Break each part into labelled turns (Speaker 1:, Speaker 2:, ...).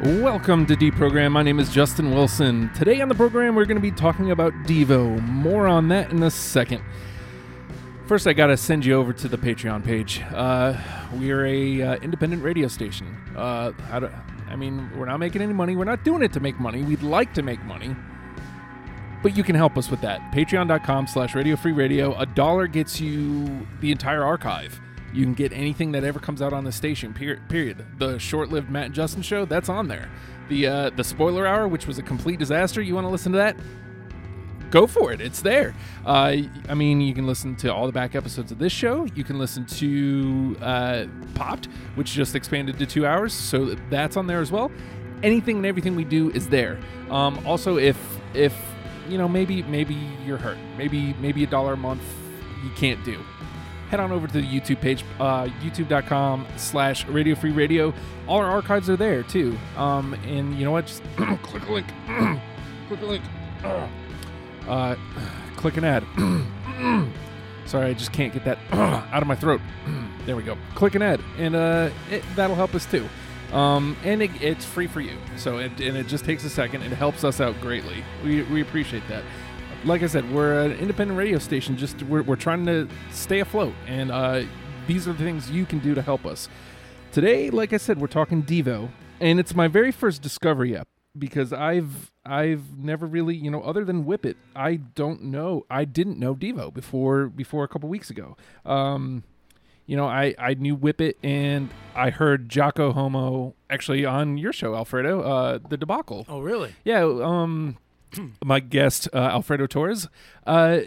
Speaker 1: Welcome to D Program. My name is Justin Wilson. Today on the program, we're going to be talking about Devo. More on that in a second. First, I got to send you over to the Patreon page. Uh, we are a uh, independent radio station. Uh, I, don't, I mean, we're not making any money. We're not doing it to make money. We'd like to make money, but you can help us with that. Patreon.com slash Radio Free Radio. A dollar gets you the entire archive. You can get anything that ever comes out on the station, per- period. The short-lived Matt and Justin show, that's on there. The, uh, the spoiler hour, which was a complete disaster, you want to listen to that? go for it. It's there. Uh, I mean, you can listen to all the back episodes of this show. You can listen to uh, Popped, which just expanded to two hours, so that's on there as well. Anything and everything we do is there. Um, also, if if you know maybe maybe you're hurt, maybe maybe a dollar a month you can't do. Head on over to the YouTube page, uh, youtube.com slash radio free radio. All our archives are there too. Um, and you know what? Just click a link. click a link. Ugh. Uh, click an ad. Sorry, I just can't get that out of my throat. there we go. Click an ad, and uh, it, that'll help us too. Um, and it, it's free for you, so it, and it just takes a second. It helps us out greatly. We, we appreciate that. Like I said, we're an independent radio station. Just we're, we're trying to stay afloat, and uh, these are the things you can do to help us. Today, like I said, we're talking Devo, and it's my very first discovery app because I've I've never really, you know, other than Whip It, I don't know. I didn't know Devo before before a couple weeks ago. Um, you know, I I knew Whip It, and I heard Jocko Homo actually on your show, Alfredo, uh, the debacle.
Speaker 2: Oh, really?
Speaker 1: Yeah, um, my guest uh, Alfredo Torres, uh,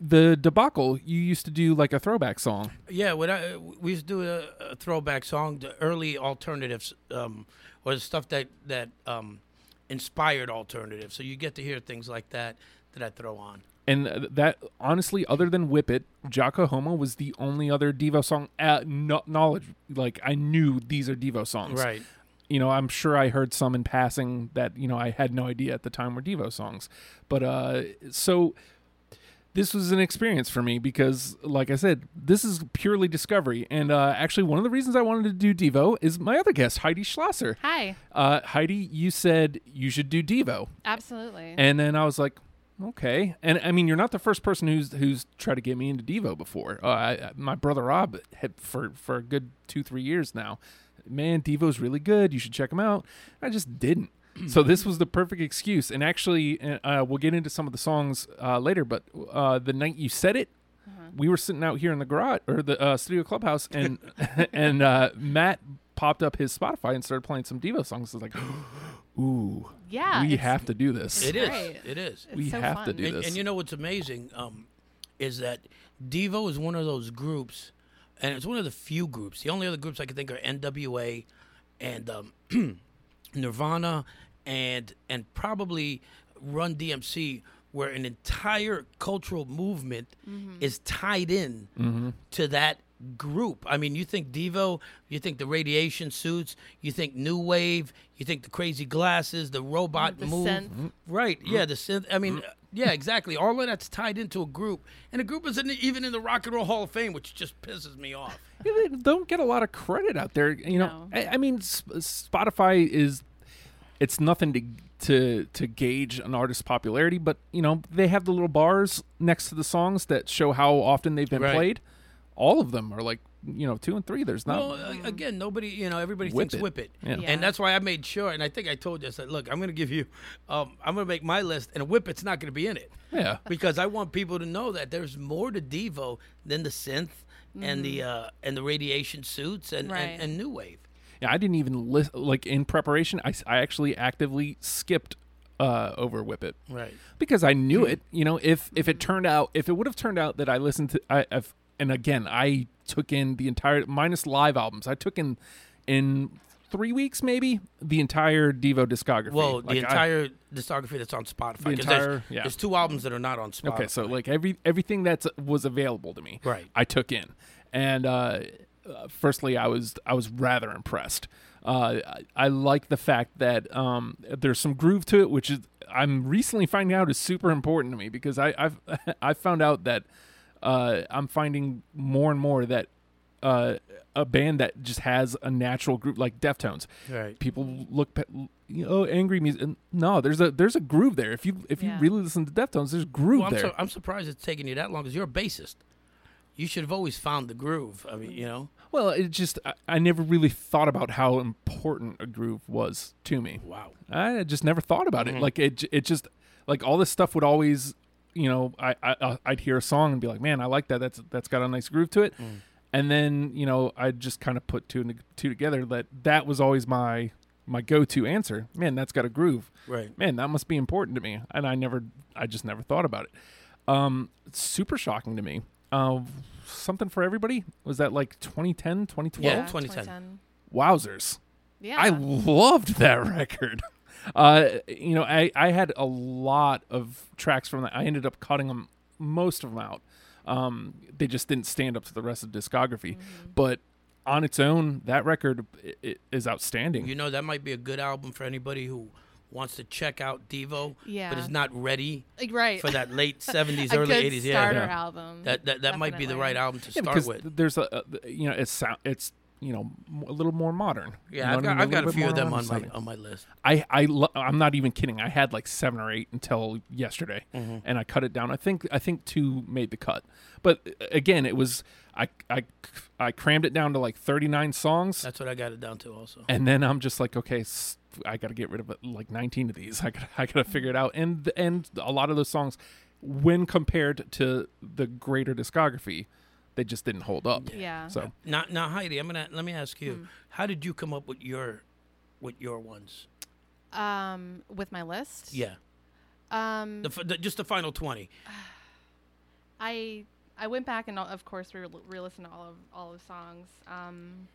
Speaker 1: the debacle. You used to do like a throwback song.
Speaker 2: Yeah. When I, we used to do a, a throwback song, the early alternatives um, was stuff that that um, inspired alternative. So you get to hear things like that that I throw on.
Speaker 1: And uh, that honestly, other than Whip It, Jocko Homo was the only other Devo song at no- knowledge. Like I knew these are Devo songs.
Speaker 2: Right.
Speaker 1: You know, I'm sure I heard some in passing that you know I had no idea at the time were Devo songs. But uh, so this was an experience for me because, like I said, this is purely discovery. And uh, actually, one of the reasons I wanted to do Devo is my other guest, Heidi Schlosser.
Speaker 3: Hi,
Speaker 1: Uh, Heidi, you said you should do Devo.
Speaker 3: absolutely.
Speaker 1: And then I was like, okay. And I mean, you're not the first person who's who's tried to get me into Devo before. Uh, I, my brother Rob had for for a good two three years now. Man, Devo's really good. You should check him out. I just didn't. So this was the perfect excuse. And actually, uh, we'll get into some of the songs uh, later. But uh, the night you said it.
Speaker 3: Uh-huh.
Speaker 1: We were sitting out here in the garage or the uh, studio clubhouse, and and uh, Matt popped up his Spotify and started playing some Devo songs. I was like, "Ooh,
Speaker 3: yeah,
Speaker 1: we
Speaker 3: it's-
Speaker 1: have to do this."
Speaker 2: It is.
Speaker 3: great.
Speaker 2: It is.
Speaker 3: it's
Speaker 1: we
Speaker 3: so
Speaker 1: have to
Speaker 3: fun.
Speaker 1: do
Speaker 2: and,
Speaker 1: this.
Speaker 2: and you know what's amazing um, is that Devo is one of those groups, and it's one of the few groups. The only other groups I can think are NWA, and um, Nirvana, and and probably Run DMC, where an entire cultural movement
Speaker 3: Mm-hmm.
Speaker 2: is tied in to that group. I mean, you think Devo, you think the radiation suits, you think New Wave, you think the crazy glasses, the robot
Speaker 3: The
Speaker 2: move.
Speaker 3: synth.
Speaker 2: Right. Yeah. The synth. I mean, yeah, exactly. All of that's tied into a group, and the group isn't even in the Rock and Roll Hall of Fame, which just pisses me off.
Speaker 1: Yeah, they don't get a lot of credit out there. You know,
Speaker 3: No.
Speaker 1: I, I mean, S- Spotify is it's nothing to to to gauge an artist's popularity, but you know they have the little bars next to the songs that show how often they've been
Speaker 2: Right.
Speaker 1: played. All of them are like you know two and three. There's not.
Speaker 2: Well, Oh, a- again, nobody, you know, everybody
Speaker 1: Mm. Whip
Speaker 2: thinks
Speaker 1: it.
Speaker 2: whip it.
Speaker 1: Yeah.
Speaker 3: Yeah.
Speaker 2: And that's why I made sure, and I think I told you, I said, look, I'm going to give you, um, I'm going to make my list, and whip it's not going to be in it.
Speaker 1: yeah.
Speaker 2: Because I want people to know that there's more to Devo than the synth and the
Speaker 1: Mm-hmm.
Speaker 2: uh, and the radiation suits and,
Speaker 3: Right.
Speaker 2: and, and new wave.
Speaker 1: Yeah, I didn't even list like in preparation. I, s- I actually actively skipped uh, over Whip It
Speaker 2: Right.
Speaker 1: because I knew it. You know, if if it turned out, if it would have turned out that I listened to, I, I've and again, I took in the entire minus live albums. I took in in three weeks, maybe the entire Devo discography.
Speaker 2: Well,
Speaker 1: Like, I-
Speaker 2: the entire discography that's on
Speaker 1: The
Speaker 2: Spotify. 'cause there's-
Speaker 1: entire- yeah.
Speaker 2: there's two albums that are not on Spotify.
Speaker 1: okay, so like every everything that's was available to me,
Speaker 2: Right.
Speaker 1: I took in, and uh, uh, firstly, I was I was rather impressed. Uh, I, I like the fact that um, there's some groove to it, which is I'm recently finding out is super important to me because I, I've I found out that uh, I'm finding more and more that uh, a band that just has a natural group like Deftones.
Speaker 2: Right.
Speaker 1: People look, pe- you know, angry music. and No, there's a there's a groove there. If you if
Speaker 3: Yeah.
Speaker 1: you really listen to Deftones, there's groove
Speaker 2: Well, I'm,
Speaker 1: there.
Speaker 2: sur- I'm surprised it's taking you that long because you're a bassist. You should have always found the groove. I mean, you know.
Speaker 1: Well, it just I, I never really thought about how important a groove was to me.
Speaker 2: Wow.
Speaker 1: I just never thought about it.
Speaker 2: Mhm.
Speaker 1: Like it, j- it just like all this stuff would always, you know, I, I I- I'd hear a song and be like, man, I like that. That's that's got a nice groove to it.
Speaker 2: Mm.
Speaker 1: And then you know, I just kind of put two and two together. That that was always my my go to answer. Man, that's got a groove.
Speaker 2: Right.
Speaker 1: Man, that must be important to me. And I never, I just never thought about it. Um, it's super shocking to me. Uh, something for everybody was that like 2010, 2012.
Speaker 2: Yeah,
Speaker 3: Yeah,
Speaker 2: 2010.
Speaker 1: Wowzers.
Speaker 3: Yeah.
Speaker 1: I loved that record. Uh, you know, I, I had a lot of tracks from that. I ended up cutting them most of them out. Um, they just didn't stand up to the rest of discography. But on its own, that record i i- is outstanding.
Speaker 2: You know that might be a good album for anybody who wants to check out Devo, but
Speaker 3: Yeah.
Speaker 2: is not ready
Speaker 3: Like, right.
Speaker 2: for that late 70s,
Speaker 3: a
Speaker 2: early
Speaker 3: good
Speaker 2: 80s. Yeah.
Speaker 3: starter
Speaker 1: Yeah.
Speaker 3: album.
Speaker 2: That that, that might be the
Speaker 3: Definitely.
Speaker 2: right album to
Speaker 1: yeah,
Speaker 2: start
Speaker 1: because
Speaker 2: with.
Speaker 1: there's a, a- you know it's sound it's you know m- a little more modern. You
Speaker 2: Yeah,
Speaker 1: know
Speaker 2: I've
Speaker 1: what I
Speaker 2: got,
Speaker 1: mean?
Speaker 2: I've got
Speaker 1: little
Speaker 2: a
Speaker 1: bit
Speaker 2: few
Speaker 1: more
Speaker 2: of them
Speaker 1: modern
Speaker 2: on my
Speaker 1: sounding.
Speaker 2: on my list.
Speaker 1: I I lo- I'm not even kidding. I had like seven or eight until yesterday,
Speaker 2: Mm-hmm.
Speaker 1: and I cut it down. I think I think two made the cut, but uh, again, it was I I I crammed it down to like 39 songs,
Speaker 2: That's what I got it down to also.
Speaker 1: and then I'm just like, okay, s- I got to get rid of uh, like 19 of these. I got I got to
Speaker 2: Mm-hmm.
Speaker 1: figure it out. And th- and a lot of those songs, when compared to the greater discography, they just didn't hold up.
Speaker 3: Yeah.
Speaker 1: So
Speaker 2: Now now Heidi, I'm gonna let me ask you,
Speaker 3: Mm.
Speaker 2: how did you come up with your with your ones?
Speaker 3: Um, with my list.
Speaker 2: Yeah,
Speaker 3: Um,
Speaker 2: the, f- the just the final 20.
Speaker 3: I I went back and uh, of course re- re-listened to all of all of the songs. Um,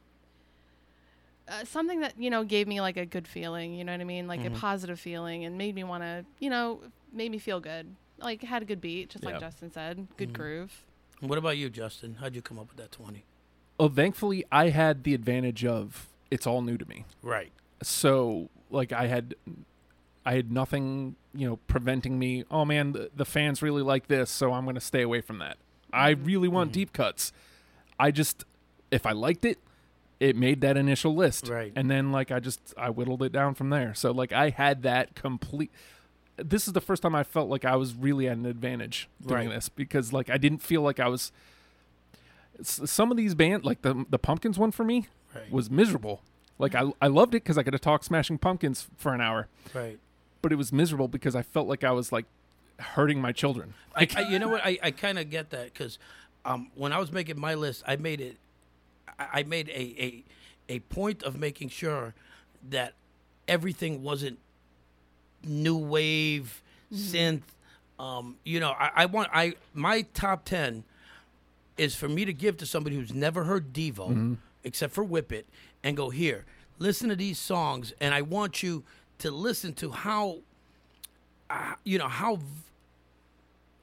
Speaker 3: uh, something that you know gave me like a good feeling. You know what I mean? Like
Speaker 1: Mm-hmm.
Speaker 3: a positive feeling, and made me want to you know made me feel good. Like had a good beat, just
Speaker 1: Yeah.
Speaker 3: like Justin said, good
Speaker 2: Mm-hmm.
Speaker 3: groove.
Speaker 2: What about you, Justin? How'd you come up with that 20?
Speaker 1: Well, thankfully, I had the advantage of it's all new to me.
Speaker 2: Right.
Speaker 1: So, like, I had, I had nothing, you know, preventing me. Oh man, the, the fans really like this, so I'm going to stay away from that. I
Speaker 2: Mm-hmm.
Speaker 1: really want deep cuts. I just, if I liked it, it made that initial list,
Speaker 2: Right.
Speaker 1: And then, like, I just I whittled it down from there. So, like, I had that complete. This is the first time I felt like I was really at an advantage doing
Speaker 2: Right.
Speaker 1: this because, like, I didn't feel like I was. s- Some of these band, like the the Pumpkins one for me,
Speaker 2: Right.
Speaker 1: was miserable. Like I, I loved it because I got to talk Smashing Pumpkins for an hour,
Speaker 2: right.
Speaker 1: but it was miserable because I felt like I was like hurting my children.
Speaker 2: I, I, you know what? I, I kind of get that because um, when I was making my list, I made it. I I made a, a a point of making sure that everything wasn't new wave synth. Um, you know, I, I want I my top ten is for me to give to somebody who's never heard Devo, except for Whip It, and go here. Listen to these songs, and I want you to listen to how, uh, you know how, v-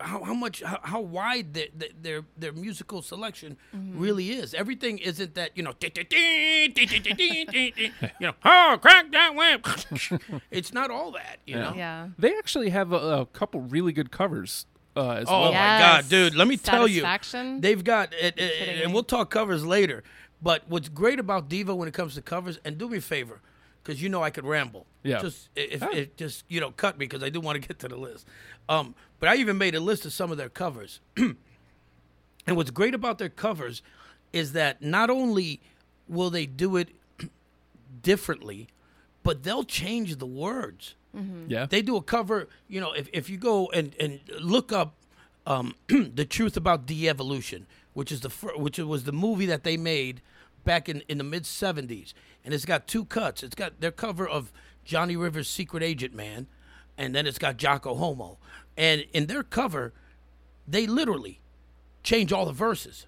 Speaker 2: how how much how, how wide their, their- their their musical selection really is. Everything isn't that you know, you know, oh crack that whip. It's not all that, you know.
Speaker 3: Yeah.
Speaker 1: They actually have a, a couple really good covers. Uh, as
Speaker 2: Oh
Speaker 1: well.
Speaker 2: my God,
Speaker 3: Yes.
Speaker 2: dude! Let me tell you,
Speaker 3: Satisfaction?
Speaker 2: they've got it,
Speaker 3: kidding
Speaker 2: and
Speaker 3: me?
Speaker 2: we'll talk covers later. But what's great about Devo when it comes to covers, and do me a favor, because you know I could ramble.
Speaker 1: Yeah.
Speaker 2: Just i- if it just you know cut me because I do want to get to the list. Um, but I even made a list of some of their covers. and what's great about their covers is that not only will they do it differently, but they'll change the words
Speaker 1: yeah,
Speaker 2: they do a cover you know if, if you go and, and look up um, the truth about de-evolution which is the fir- which was the movie that they made back in, in the mid 70s and it's got two cuts it's got their cover of johnny rivers secret agent man and then it's got jocko homo and in their cover they literally change all the verses.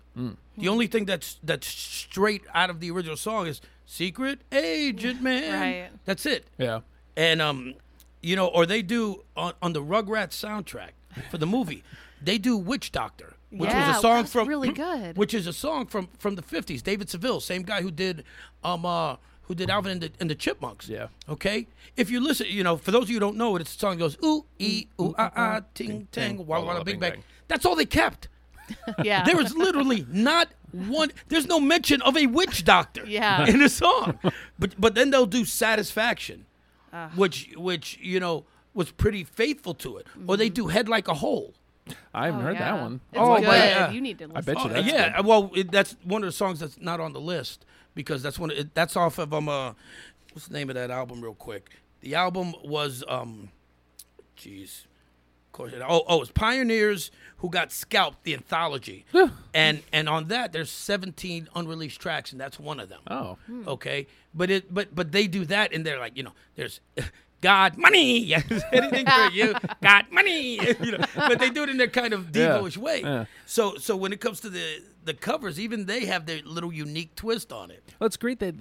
Speaker 2: The only thing that's that's straight out of the original song is "Secret Agent Man."
Speaker 3: Right.
Speaker 2: That's it.
Speaker 1: yeah.
Speaker 2: And um, you know, or they do on, on the Rugrats soundtrack for the movie, they do Witch Doctor, which
Speaker 3: Yeah,
Speaker 2: was a
Speaker 3: that
Speaker 2: song
Speaker 3: was
Speaker 2: from
Speaker 3: really good.
Speaker 2: which is a song from from the fifties. David Seville, same guy who did um uh who did Alvin and the, and the Chipmunks.
Speaker 1: Yeah.
Speaker 2: Okay. If you listen, you know, for those of you who don't know it, it's a song that goes ooh ee ooh ah ah ting tang walla walla bing bang. That's all they kept.
Speaker 3: Yeah.
Speaker 2: There was literally not one. There's no mention of a witch doctor.
Speaker 3: Yeah.
Speaker 2: in the song, but but then they'll do satisfaction, which which you know was pretty faithful to it, or
Speaker 3: Mm-hmm.
Speaker 2: they do head like a hole.
Speaker 1: I haven't
Speaker 3: Oh,
Speaker 1: heard
Speaker 3: yeah.
Speaker 1: that one. uh,
Speaker 3: It's
Speaker 2: Oh,
Speaker 3: good.
Speaker 2: but, yeah.
Speaker 3: You need to listen.
Speaker 1: I bet you
Speaker 2: Oh,
Speaker 1: that's
Speaker 2: yeah,
Speaker 1: good.
Speaker 2: uh, well, it, that's one of the songs that's not on the list because that's one. It, that's off of um, uh, what's the name of that album? Real quick, the album was um, jeez, of course, it- oh, oh, it's Pioneers who got scalped, the anthology, and and on that there's 17 unreleased tracks, and that's one of them.
Speaker 1: Oh,
Speaker 2: Okay, but it but but they do that, and they're like, you know, there's. God, money, anything for you. God, money, you know, but they do it in their kind of
Speaker 1: Yeah.
Speaker 2: devoish way.
Speaker 1: Yeah.
Speaker 2: So so when it comes to the the covers, even they have their little unique twist on it.
Speaker 1: well, it's great that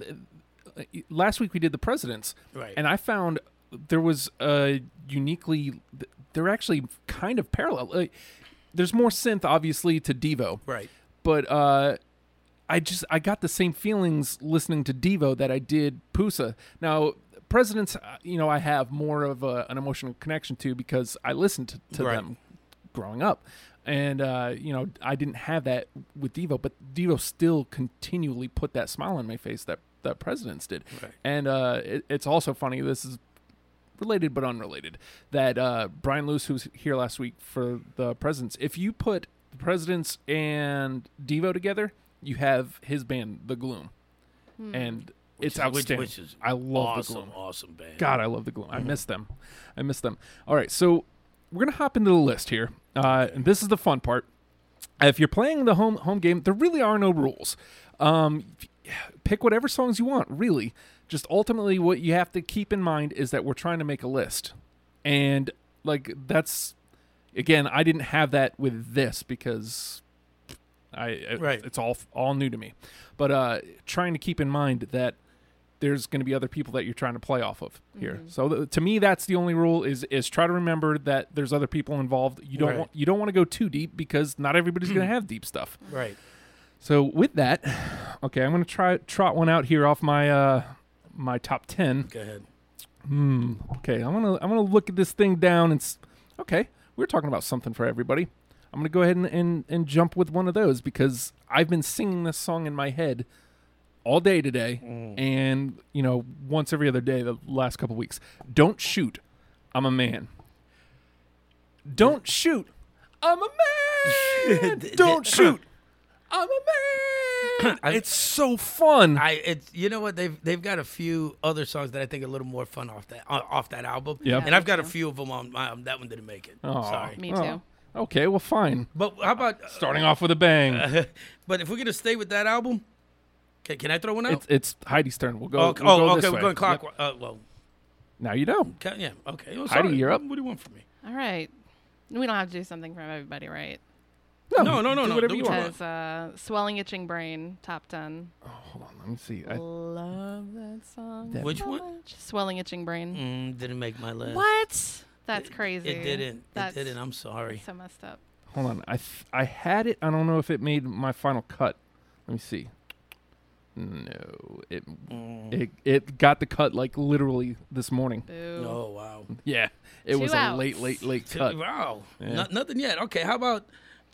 Speaker 1: uh, last week we did the presidents,
Speaker 2: Right.
Speaker 1: And I found there was a uniquely they're actually kind of parallel. Like, there's more synth obviously to Devo,
Speaker 2: Right.
Speaker 1: but uh, I just I got the same feelings listening to Devo that I did Pusa. Now Presidents, uh, you know, I have more of a, an emotional connection to because I listened to, to
Speaker 2: Right.
Speaker 1: them growing up, and uh, you know I didn't have that with Devo, but Devo still continually put that smile on my face that that Presidents did,
Speaker 2: Right.
Speaker 1: and uh, it, it's also funny. This is related but unrelated that uh, Brian Lewis, who was here last week for the Presidents, if you put the Presidents and Devo together, you have his band, The Gloom, and it's
Speaker 2: is- which-
Speaker 1: outstanding.
Speaker 2: which is
Speaker 1: I love
Speaker 2: awesome,
Speaker 1: The Gloom.
Speaker 2: awesome band.
Speaker 1: God, I love The Gloom. I miss them. I miss them. All right, so we're gonna hop into the list here, uh, and this is the fun part. If you're playing the home home game, there really are no rules. Um, pick whatever songs you want, really. Just ultimately, what you have to keep in mind is that we're trying to make a list. And, like, that's, again, I didn't have that with this because I, it-
Speaker 2: Right.
Speaker 1: it's all, all new to me. But uh, trying to keep in mind that there's going to be other people that you're trying to play off of here. So th- to me, that's the only rule is, is try to remember that there's other people involved. You don't
Speaker 2: Right.
Speaker 1: want, you don't want to go too deep because not everybody's going to have deep stuff.
Speaker 2: Right.
Speaker 1: So with that, okay, I'm gonna try trot one out here off my uh my top ten.
Speaker 2: Go ahead.
Speaker 1: Hmm, Okay, I'm gonna I'm gonna look at this thing down and s- okay, we are talking about something for everybody. I'm gonna go ahead and, and and jump with one of those because I've been singing this song in my head all day today,
Speaker 2: Mm.
Speaker 1: and you know once every other day the last couple weeks. Don't shoot, I'm a man. Don't shoot, I'm a man. Don't shoot, I'm a man.
Speaker 2: I-
Speaker 1: it's so fun.
Speaker 2: I it's you know what they've they've got a few other songs that I think are a little more fun off that o- off that album.
Speaker 1: Yep.
Speaker 2: And I've got a few of them on my um, that one didn't make it.
Speaker 1: Aw.
Speaker 2: Sorry.
Speaker 3: Me
Speaker 1: Oh, Okay, well, fine.
Speaker 2: But how about
Speaker 1: Starting off with a bang.
Speaker 2: but if we're gonna stay with that album, can, can I throw one out?
Speaker 1: It's, it's Heidi's turn. We'll go.
Speaker 2: oh, okay,
Speaker 1: we'll go
Speaker 2: oh,
Speaker 1: this
Speaker 2: okay. We're
Speaker 1: way.
Speaker 2: going
Speaker 1: Yep.
Speaker 2: clockwise. Uh, well,
Speaker 1: Now you know.
Speaker 2: ca- yeah. Okay. Well,
Speaker 1: Heidi,
Speaker 2: sorry.
Speaker 1: you're up.
Speaker 2: What do you want from me?
Speaker 1: Oh.
Speaker 3: All right. We don't have to do something from everybody, right?
Speaker 2: No, no, no,
Speaker 1: do
Speaker 2: no,
Speaker 1: Whatever
Speaker 2: do
Speaker 1: you
Speaker 2: what you
Speaker 1: want.
Speaker 3: Because uh, swelling, itching brain, top ten.
Speaker 1: Hold on. Let me see. I,
Speaker 3: Love that song.
Speaker 1: That-
Speaker 2: Which
Speaker 3: so
Speaker 2: one?
Speaker 3: much. Swelling, itching brain.
Speaker 2: Mm, didn't make my list.
Speaker 3: What? That's crazy.
Speaker 2: It didn't.
Speaker 3: That's
Speaker 2: it didn't. I'm sorry.
Speaker 3: so messed up.
Speaker 1: hold on. I th- I had it. I don't know if it made my final cut. Let me see. No, it
Speaker 3: Mm.
Speaker 1: it it got the cut like literally this morning.
Speaker 3: Boo.
Speaker 2: Oh wow.
Speaker 1: Yeah, it
Speaker 3: Two
Speaker 1: was a
Speaker 3: outs.
Speaker 1: late, late, late cut.
Speaker 2: Wow.
Speaker 1: Yeah.
Speaker 2: No- nothing yet. Okay. How about?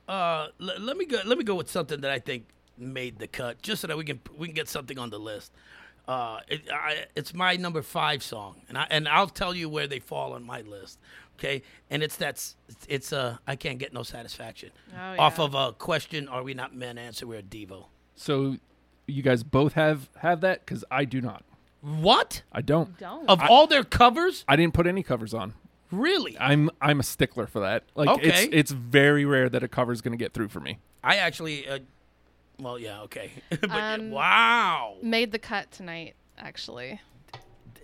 Speaker 2: Uh, l- let me go. Let me go with something that I think made the cut, just so that we can we can get something on the list. Uh, it, I, it's my number five song, and I and I'll tell you where they fall on my list. Okay, and it's that's it's uh I can't get no satisfaction
Speaker 3: Oh,
Speaker 2: off
Speaker 3: yeah.
Speaker 2: of a question. Are we not men? Answer. We're a Devo.
Speaker 1: So, you guys both have have that because I do not.
Speaker 2: What
Speaker 1: I don't.
Speaker 3: Don't.
Speaker 2: of all their covers?
Speaker 1: I didn't put any covers on.
Speaker 2: Really?
Speaker 1: I'm I'm a stickler for that. Like it's
Speaker 2: Okay.
Speaker 1: it's very rare that a cover's gonna get through for me.
Speaker 2: I actually, uh, well, yeah, okay, but yeah,
Speaker 3: Um,
Speaker 2: wow,
Speaker 3: Made the cut tonight, actually.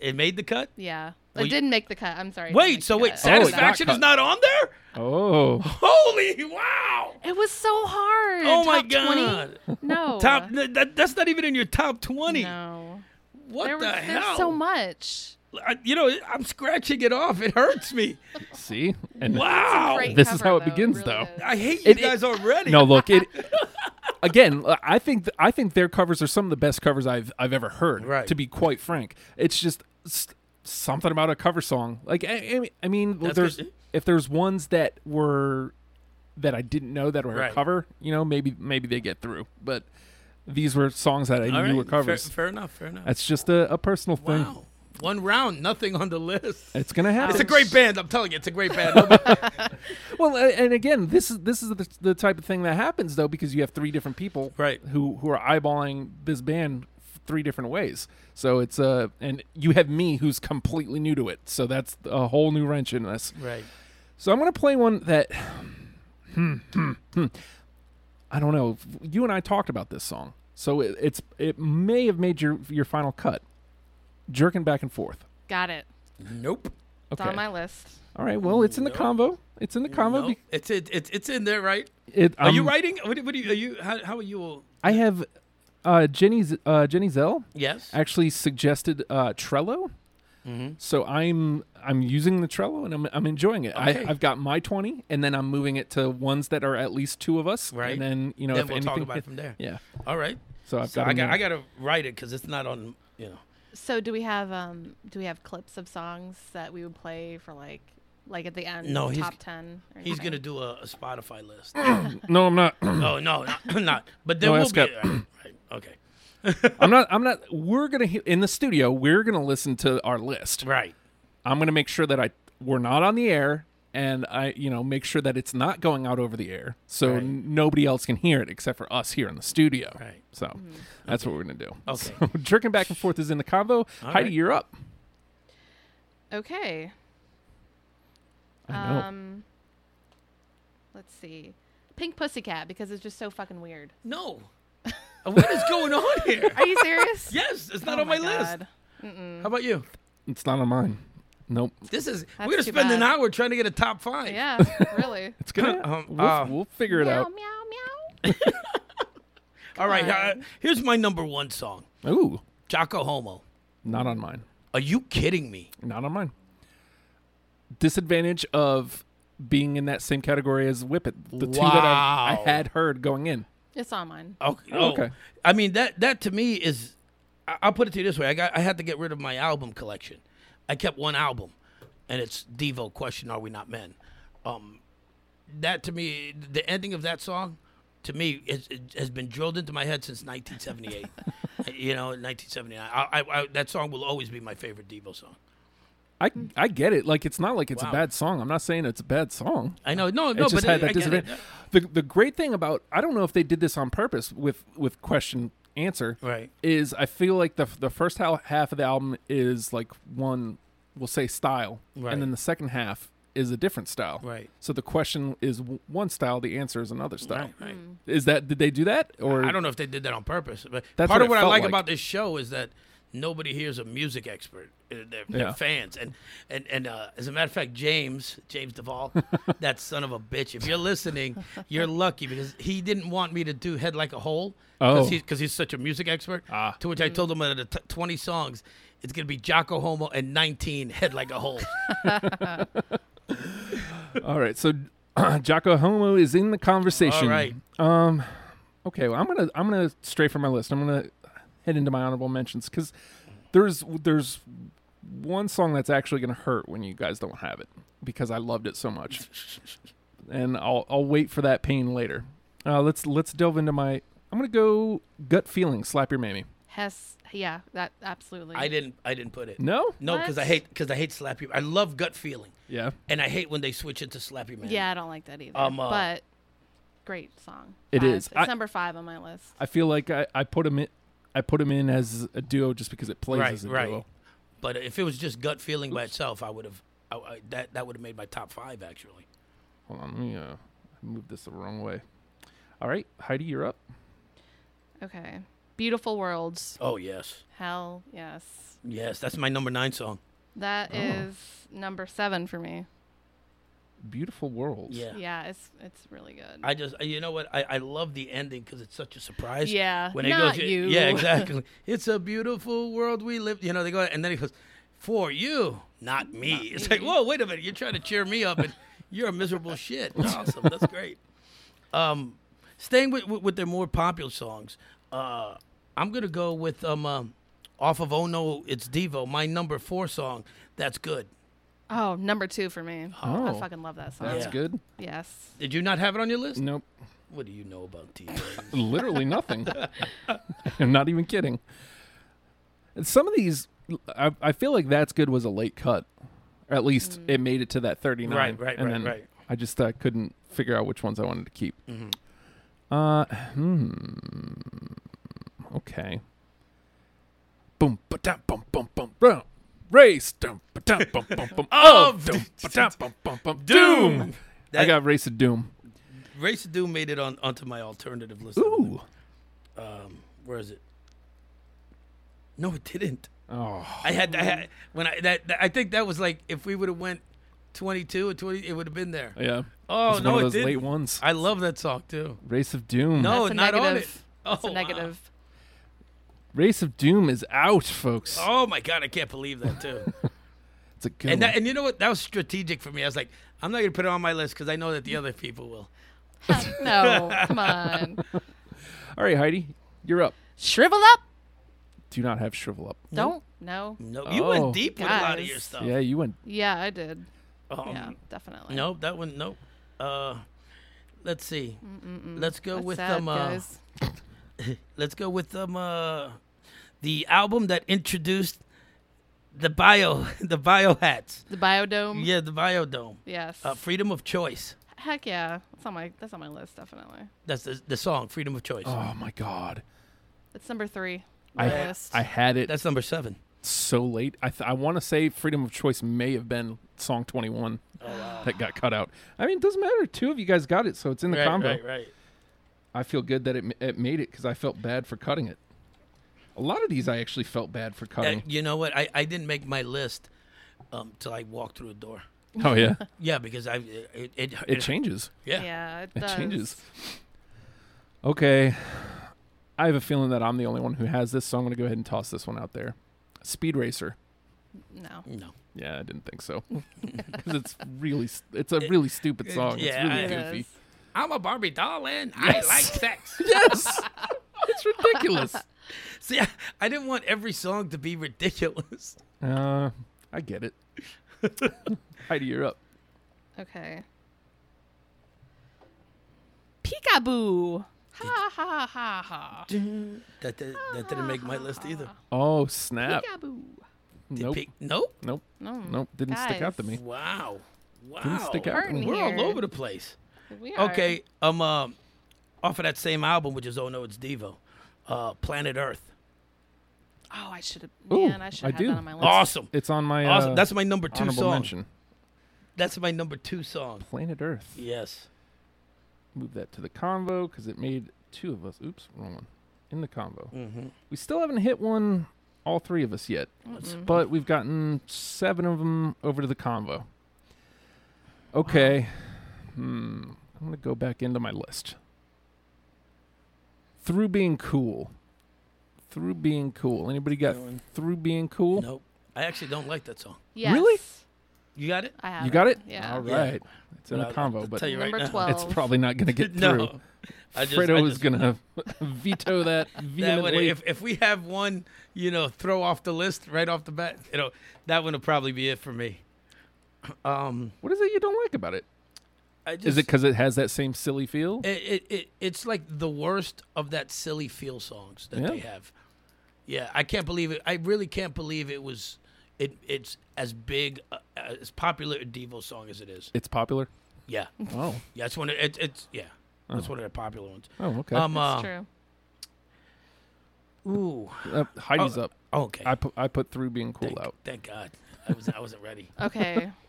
Speaker 2: it made the cut.
Speaker 3: Yeah.
Speaker 2: Well,
Speaker 3: it
Speaker 2: you-
Speaker 3: didn't make the cut. I'm sorry. it didn't
Speaker 2: Wait,
Speaker 3: make
Speaker 2: so
Speaker 3: the
Speaker 2: wait,
Speaker 1: Oh,
Speaker 3: cut.
Speaker 1: it got
Speaker 2: satisfaction is
Speaker 1: cut.
Speaker 2: not on there?
Speaker 1: Oh,
Speaker 2: Holy wow!
Speaker 3: It was so hard.
Speaker 2: Oh my
Speaker 3: Top 20?
Speaker 2: God.
Speaker 3: No.
Speaker 2: Top th- that, that's not even in your top twenty.
Speaker 3: No.
Speaker 2: What
Speaker 3: There was,
Speaker 2: the hell?
Speaker 3: There's so much.
Speaker 2: I- you know, I'm scratching it off. It hurts me.
Speaker 1: see, and
Speaker 2: Wow!
Speaker 3: Great
Speaker 1: This is
Speaker 3: cover,
Speaker 1: how it
Speaker 3: though.
Speaker 1: begins,
Speaker 3: really
Speaker 1: though.
Speaker 3: is.
Speaker 2: I hate you
Speaker 1: It- it-
Speaker 2: guys already.
Speaker 1: no, look, it again. I think th- I think their covers are some of the best covers I've I've ever heard.
Speaker 2: Right.
Speaker 1: To be quite frank, it's just s something about a cover song. Like I, I mean- I mean,
Speaker 2: That's
Speaker 1: there's
Speaker 2: good.
Speaker 1: if there's ones that were that I didn't know that were
Speaker 2: Right.
Speaker 1: a cover, you know, maybe maybe they get through. But these were songs that I
Speaker 2: All
Speaker 1: knew were
Speaker 2: right, fair,
Speaker 1: covers.
Speaker 2: fair enough. Fair enough.
Speaker 1: That's just a, a personal thing.
Speaker 2: wow. One round, nothing on the list.
Speaker 1: It's gonna happen.
Speaker 2: It's a great band. I'm telling you, it's a great band. Nobody-
Speaker 1: Well, a- and again, this is this is the, the type of thing that happens though, because you have three different people,
Speaker 2: Right.
Speaker 1: Who who are eyeballing this band f- three different ways. So it's uh, and you have me who's completely new to it. So that's a whole new wrench in this.
Speaker 2: right.
Speaker 1: So I'm gonna play one that, hmm, hmm, hmm. I don't know. You and I talked about this song, so it, it's it may have made your your final cut, jerking back and forth.
Speaker 3: Got it.
Speaker 2: Nope.
Speaker 3: It's
Speaker 1: Okay.
Speaker 3: on my list.
Speaker 1: All right. Well, it's in the
Speaker 2: No.
Speaker 1: combo. It's in the combo.
Speaker 2: No.
Speaker 1: be-
Speaker 2: It's it, it's it's in there, right?
Speaker 1: it,
Speaker 2: Are you
Speaker 1: um,
Speaker 2: writing? What, do- what do you? Are you? How, how are you?
Speaker 1: I have uh, Jenny Z- uh, Jenny Zell
Speaker 2: Yes.
Speaker 1: actually suggested uh, Trello.
Speaker 2: Mm-hmm.
Speaker 1: So I'm I'm using the Trello and I'm I'm enjoying it.
Speaker 2: Okay.
Speaker 1: I, I've got my twenty, and then I'm moving it to ones that are at least two of us.
Speaker 2: Right.
Speaker 1: And then you know
Speaker 2: Then
Speaker 1: if
Speaker 2: we'll
Speaker 1: anything,
Speaker 2: talk about it from there.
Speaker 1: yeah.
Speaker 2: All right.
Speaker 1: So I've
Speaker 2: So
Speaker 1: got
Speaker 2: I got I
Speaker 1: I
Speaker 2: gotta write it because it's not on. You know.
Speaker 3: So do we have um do we have clips of songs that we would play for like like at the end?
Speaker 2: No, he's-
Speaker 3: top ten. Or
Speaker 2: He's
Speaker 3: anything?
Speaker 2: gonna do a, a Spotify list.
Speaker 1: no, I'm not.
Speaker 2: oh no, not, not. But there
Speaker 1: No,
Speaker 2: will
Speaker 1: ask
Speaker 2: be.
Speaker 1: up.
Speaker 2: Right, right, okay.
Speaker 1: I'm not. I'm not. We're gonna he- in the studio. We're gonna listen to our list.
Speaker 2: Right.
Speaker 1: I'm gonna make sure that I we're not on the air, and I you know make sure that it's not going out over the air, so
Speaker 2: Right.
Speaker 1: nobody else can hear it except for us here in the studio.
Speaker 2: Right.
Speaker 1: So that's what we're gonna do.
Speaker 2: Okay.
Speaker 1: So, jerking back and forth is in the convo.
Speaker 2: All
Speaker 1: Heidi,
Speaker 2: right.
Speaker 1: you're up.
Speaker 3: Okay.
Speaker 1: I know.
Speaker 3: Um. Let's see. Pink Pussycat because it's just so fucking weird.
Speaker 2: No. Uh, what is going on here?
Speaker 3: Are you serious?
Speaker 2: Yes, it's not
Speaker 3: Oh
Speaker 2: on my, list.
Speaker 3: God. Mm-mm.
Speaker 2: How about you?
Speaker 1: it's not on mine. Nope.
Speaker 2: This is.
Speaker 3: That's
Speaker 2: we're gonna
Speaker 3: too
Speaker 2: spend an
Speaker 3: bad.
Speaker 2: hour trying to get a top five.
Speaker 3: Yeah, really.
Speaker 1: It's gonna.
Speaker 2: Um,
Speaker 1: we'll,
Speaker 2: uh,
Speaker 1: we'll figure it
Speaker 3: meow,
Speaker 1: out.
Speaker 3: meow, meow.
Speaker 2: All right. uh,
Speaker 3: on.
Speaker 2: here's my number one song,
Speaker 1: Ooh,
Speaker 2: Jocko Homo.
Speaker 1: not on mine.
Speaker 2: Are you kidding me?
Speaker 1: Not on mine. Disadvantage of being in that same category as Whip It, the two that I,
Speaker 2: Wow.
Speaker 1: I had heard going in.
Speaker 3: It's on mine.
Speaker 2: Okay.
Speaker 1: Oh,
Speaker 2: Oh,
Speaker 1: okay.
Speaker 2: I mean that that to me is. I, I'll put it to you this way: I got I had to get rid of my album collection. I kept one album, and it's Devo. Question: Are we not men? Um, that to me, the ending of that song, to me, is, it has been drilled into my head since 1978. you know, 1979. I, I, I, that song will always be my favorite Devo song.
Speaker 1: I I get it. Like it's not like it's a
Speaker 2: Wow.
Speaker 1: bad song. I'm not saying it's a bad song.
Speaker 2: I know. No,
Speaker 1: It
Speaker 2: no,
Speaker 1: just
Speaker 2: but
Speaker 1: had
Speaker 2: I,
Speaker 1: that
Speaker 2: I get it.
Speaker 1: disadvantage. The the great thing about I don't know if they did this on purpose with with question answer
Speaker 2: Right.
Speaker 1: is I feel like the the first hal- half of the album is like one we'll say style
Speaker 2: Right.
Speaker 1: and then the second half is a different style.
Speaker 2: Right.
Speaker 1: So the question is w- one style, the answer is another style.
Speaker 2: Right. Right.
Speaker 1: Is that did they do that or
Speaker 2: I don't know if they did that on purpose, but
Speaker 1: That's
Speaker 2: part
Speaker 1: what
Speaker 2: of
Speaker 1: it
Speaker 2: what I
Speaker 1: felt
Speaker 2: like,
Speaker 1: like.
Speaker 2: about this show is that nobody here is a music expert. Uh, They're, they're
Speaker 1: Yeah.
Speaker 2: fans, and and and uh, as a matter of fact, James James Duvall, that son of a bitch. If you're listening, you're lucky because he didn't want me to do head like a hole
Speaker 1: Oh.
Speaker 2: because because he's such a music expert.
Speaker 1: Ah.
Speaker 2: To which I told him out of the t- 20 songs, it's gonna be Jocko Homo and 19 head like a hole.
Speaker 1: All right. So Jocko Homo is in the conversation.
Speaker 2: All right.
Speaker 1: Um okay, well I'm going to I'm going to stray from my list. I'm going to head into my honorable mentions cuz there's there's one song that's actually going to hurt when you guys don't have it because I loved it so much. and I'll I'll wait for that pain later. Uh let's let's delve into my I'm going to go gut feeling slap your mammy.
Speaker 3: Hess. Yeah, that absolutely.
Speaker 2: I didn't I didn't put it.
Speaker 1: No?
Speaker 2: No, because I
Speaker 3: What?
Speaker 2: hate because I hate slap you. I love gut feeling,
Speaker 1: Yeah.
Speaker 2: and I hate when they switch it to slap your man.
Speaker 3: Yeah, I don't like that either.
Speaker 2: Um, uh,
Speaker 3: but great song.
Speaker 1: It
Speaker 3: It is.
Speaker 1: is.
Speaker 3: It's
Speaker 1: I-
Speaker 3: number five on my list.
Speaker 1: I feel like I, I put him in I put him in as a duo just because it plays as a duo.
Speaker 2: But if it was just gut feeling by itself, I would have I, I, that that would have made my top five actually.
Speaker 1: Hold on, let me uh, move this the wrong way. All right, Heidi, you're up.
Speaker 3: Okay. Beautiful Worlds.
Speaker 2: Oh yes,
Speaker 3: Hell yes.
Speaker 2: yes, that's my number nine song.
Speaker 3: That
Speaker 1: Oh.
Speaker 3: is number seven for me.
Speaker 1: Beautiful world.
Speaker 2: Yeah,
Speaker 3: Yeah, it's it's really good.
Speaker 2: I just you know what I, I love the ending because it's such a surprise.
Speaker 3: yeah,
Speaker 2: when it
Speaker 3: not
Speaker 2: goes,
Speaker 3: you.
Speaker 2: yeah, exactly. it's a beautiful world we live. You know they go and then he goes, for you, not me. it's like
Speaker 3: me.
Speaker 2: whoa, wait a minute, you're trying to cheer me up and you're a miserable shit. Awesome, that's great. Um, staying with, with with their more popular songs, uh, I'm gonna go with um, um off of Oh No It's Devo, my number four song. That's good.
Speaker 3: Oh, number two for me.
Speaker 1: Oh.
Speaker 3: I fucking love that song.
Speaker 1: That's
Speaker 2: Yeah.
Speaker 1: good.
Speaker 3: Yes.
Speaker 2: Did you not have it on your list?
Speaker 1: Nope.
Speaker 2: What do you know about Devo?
Speaker 1: Literally nothing. I'm not even kidding. And some of these, I, I feel like that's good was a late cut. Or at least it made it to that 39.
Speaker 2: Mm. Right, right,
Speaker 1: and
Speaker 2: right,
Speaker 1: then
Speaker 2: right.
Speaker 1: I just uh, couldn't figure out which ones I wanted to keep.
Speaker 2: Mhm.
Speaker 1: Uh, hmm. Okay. Boom, ba dum, bum, bum, bum, bum. Race, dum, ba dum, bum, bum, bum. Of, dum, ba dum, bum, bum, bum. Doom. I
Speaker 2: That-
Speaker 1: got Race of Doom.
Speaker 2: Race of Doom made it on onto my alternative list.
Speaker 1: Ooh.
Speaker 2: Um, where is it? No, it didn't.
Speaker 1: Oh.
Speaker 2: I had, I had when I that, that- I think that was like if we would have went 22 or 20, it would have been there.
Speaker 1: Yeah.
Speaker 2: Oh
Speaker 1: it's
Speaker 2: no,
Speaker 1: one of those
Speaker 2: it did.
Speaker 1: late ones. Mm.
Speaker 2: I love that song too.
Speaker 1: Race of Doom.
Speaker 2: No,
Speaker 3: That's a
Speaker 2: not on it.
Speaker 3: negative.
Speaker 2: Oh,
Speaker 3: It's a
Speaker 2: wow.
Speaker 3: negative.
Speaker 1: Race of Doom is out, folks.
Speaker 2: Oh my god, I can't believe that too.
Speaker 1: It's a good
Speaker 2: and
Speaker 1: one.
Speaker 2: that, and you know what? That was strategic for me. I was like, I'm not gonna put it on my list because I know that the other people will.
Speaker 3: no, come on.
Speaker 1: All right, Heidi, you're up.
Speaker 3: Shrivel up.
Speaker 1: Do not have shrivel up.
Speaker 3: Don't. No.
Speaker 2: No, you
Speaker 1: Oh.
Speaker 2: went deep with a lot of
Speaker 3: Guys.
Speaker 2: your stuff.
Speaker 1: Yeah, you went.
Speaker 3: Yeah, I did.
Speaker 2: Um,
Speaker 3: yeah, definitely.
Speaker 2: Nope, that one. Nope. Uh, let's see. Let's go
Speaker 3: That's
Speaker 2: with
Speaker 3: sad,
Speaker 2: um. Uh,
Speaker 3: guys.
Speaker 2: let's go with um. Uh, the album that introduced the bio, the bio hats.
Speaker 3: The biodome.
Speaker 2: Yeah, the biodome.
Speaker 3: Yes.
Speaker 2: Uh, freedom of choice.
Speaker 3: Heck yeah. That's on my. That's on my list definitely.
Speaker 2: That's the, the song, freedom of choice.
Speaker 1: Oh my god.
Speaker 3: It's number three. on my
Speaker 1: I
Speaker 3: list.
Speaker 1: I had it
Speaker 2: That's number seven.
Speaker 1: so late. I th- I want to say freedom of choice may have been song 21
Speaker 2: Oh,
Speaker 1: that got cut out. I mean, it doesn't matter. Two of you guys got it, so it's in the
Speaker 2: right,
Speaker 1: combo.
Speaker 2: right, right.
Speaker 1: I feel good that it m- it made it because I felt bad for cutting it. A lot of these I actually felt bad for
Speaker 2: Uh,
Speaker 1: cutting.
Speaker 2: you know what? I, I didn't make my list um, till I walked through the door.
Speaker 1: oh yeah,
Speaker 2: Yeah, because I it it, it,
Speaker 1: it changes.
Speaker 2: yeah.
Speaker 3: yeah, it,
Speaker 1: It
Speaker 3: does.
Speaker 1: changes. Okay. I have a feeling that I'm the only one who has this, so I'm going to go ahead and toss this one out there. Speed Racer.
Speaker 3: No.
Speaker 2: No.
Speaker 1: Yeah, I didn't think so. Cuz it's really s- it's a really stupid song.
Speaker 2: yeah,
Speaker 1: it's
Speaker 2: I-
Speaker 1: really
Speaker 3: It
Speaker 1: goofy.
Speaker 3: is.
Speaker 2: I'm a Barbie doll and
Speaker 1: Yes.
Speaker 2: I like sex.
Speaker 1: Yes. it's ridiculous.
Speaker 2: See, I, I didn't want every song to be ridiculous.
Speaker 1: Uh, I get it. Heidi, you're up.
Speaker 3: Okay. Peekaboo. Ha ha ha ha.
Speaker 2: That, that, that didn't make my list either.
Speaker 1: Oh, snap.
Speaker 3: Peekaboo.
Speaker 2: Did
Speaker 1: Nope.
Speaker 2: pick- nope.
Speaker 1: Nope.
Speaker 3: No.
Speaker 1: Nope. Didn't stick out to
Speaker 3: Hmm. guys.
Speaker 1: me.
Speaker 2: Wow. Wow.
Speaker 1: stick out.
Speaker 3: Hurting
Speaker 2: We're
Speaker 3: here.
Speaker 2: all over the place.
Speaker 3: We are.
Speaker 2: Okay. Um. um, off of that same album, which is Oh No, It's Devo, uh, Planet Earth.
Speaker 3: Oh, I should have.
Speaker 1: Ooh,
Speaker 3: Man, I should
Speaker 1: I
Speaker 3: have had
Speaker 1: do.
Speaker 3: that on my list.
Speaker 2: Awesome.
Speaker 1: It's on my
Speaker 2: Awesome.
Speaker 1: uh,
Speaker 2: That's my number two
Speaker 1: honorable
Speaker 2: song.
Speaker 1: mention.
Speaker 2: That's my number two song.
Speaker 1: Planet Earth.
Speaker 2: Yes.
Speaker 1: move that to the convo because it made two of us. Oops, wrong one. In the convo.
Speaker 2: Mm-hmm.
Speaker 1: We still haven't hit one, all three of us yet, but we've gotten seven of them over to the convo. Okay. Hmm. I'm going to go back into my list. Through being cool. Through being cool. Anybody got
Speaker 2: Going.
Speaker 1: through being cool?
Speaker 2: Nope. I actually don't like that song.
Speaker 3: Yes.
Speaker 1: Really?
Speaker 2: You got it?
Speaker 3: I have.
Speaker 1: You got it?
Speaker 3: Yeah.
Speaker 1: All
Speaker 2: Yeah.
Speaker 1: right. It's in
Speaker 2: Well,
Speaker 1: the
Speaker 2: I'll
Speaker 1: convo, but
Speaker 2: tell you right
Speaker 3: Number
Speaker 2: now.
Speaker 3: 12.
Speaker 1: it's probably not going to get through.
Speaker 2: no. I just,
Speaker 1: Fredo
Speaker 2: I
Speaker 1: is
Speaker 2: just-
Speaker 1: going to veto that
Speaker 2: That one,
Speaker 1: vehemently.
Speaker 2: if, if we have one, you know, throw off the list right off the bat, you know, that one will probably be it for me. Um,
Speaker 1: what is it you don't like about it?
Speaker 2: I just,
Speaker 1: Is it because it has that same silly feel?
Speaker 2: It, it, it it's like the worst of that silly feel songs that
Speaker 1: Yeah.
Speaker 2: they have. Yeah, I can't believe it. I really can't believe it was. It it's as big, uh, as popular a Devo song as it is.
Speaker 1: It's popular.
Speaker 2: Yeah,
Speaker 1: Oh,
Speaker 2: yeah, it's one. Of, it, it's yeah, that's one of their popular ones.
Speaker 1: oh, okay.
Speaker 2: Um,
Speaker 3: That's
Speaker 2: uh,
Speaker 3: true.
Speaker 2: ooh,
Speaker 1: Uh, Heidi's
Speaker 2: oh,
Speaker 1: up.
Speaker 2: okay.
Speaker 1: I put I put through being cool
Speaker 2: thank,
Speaker 1: out.
Speaker 2: thank God, I was I wasn't ready.
Speaker 3: Okay.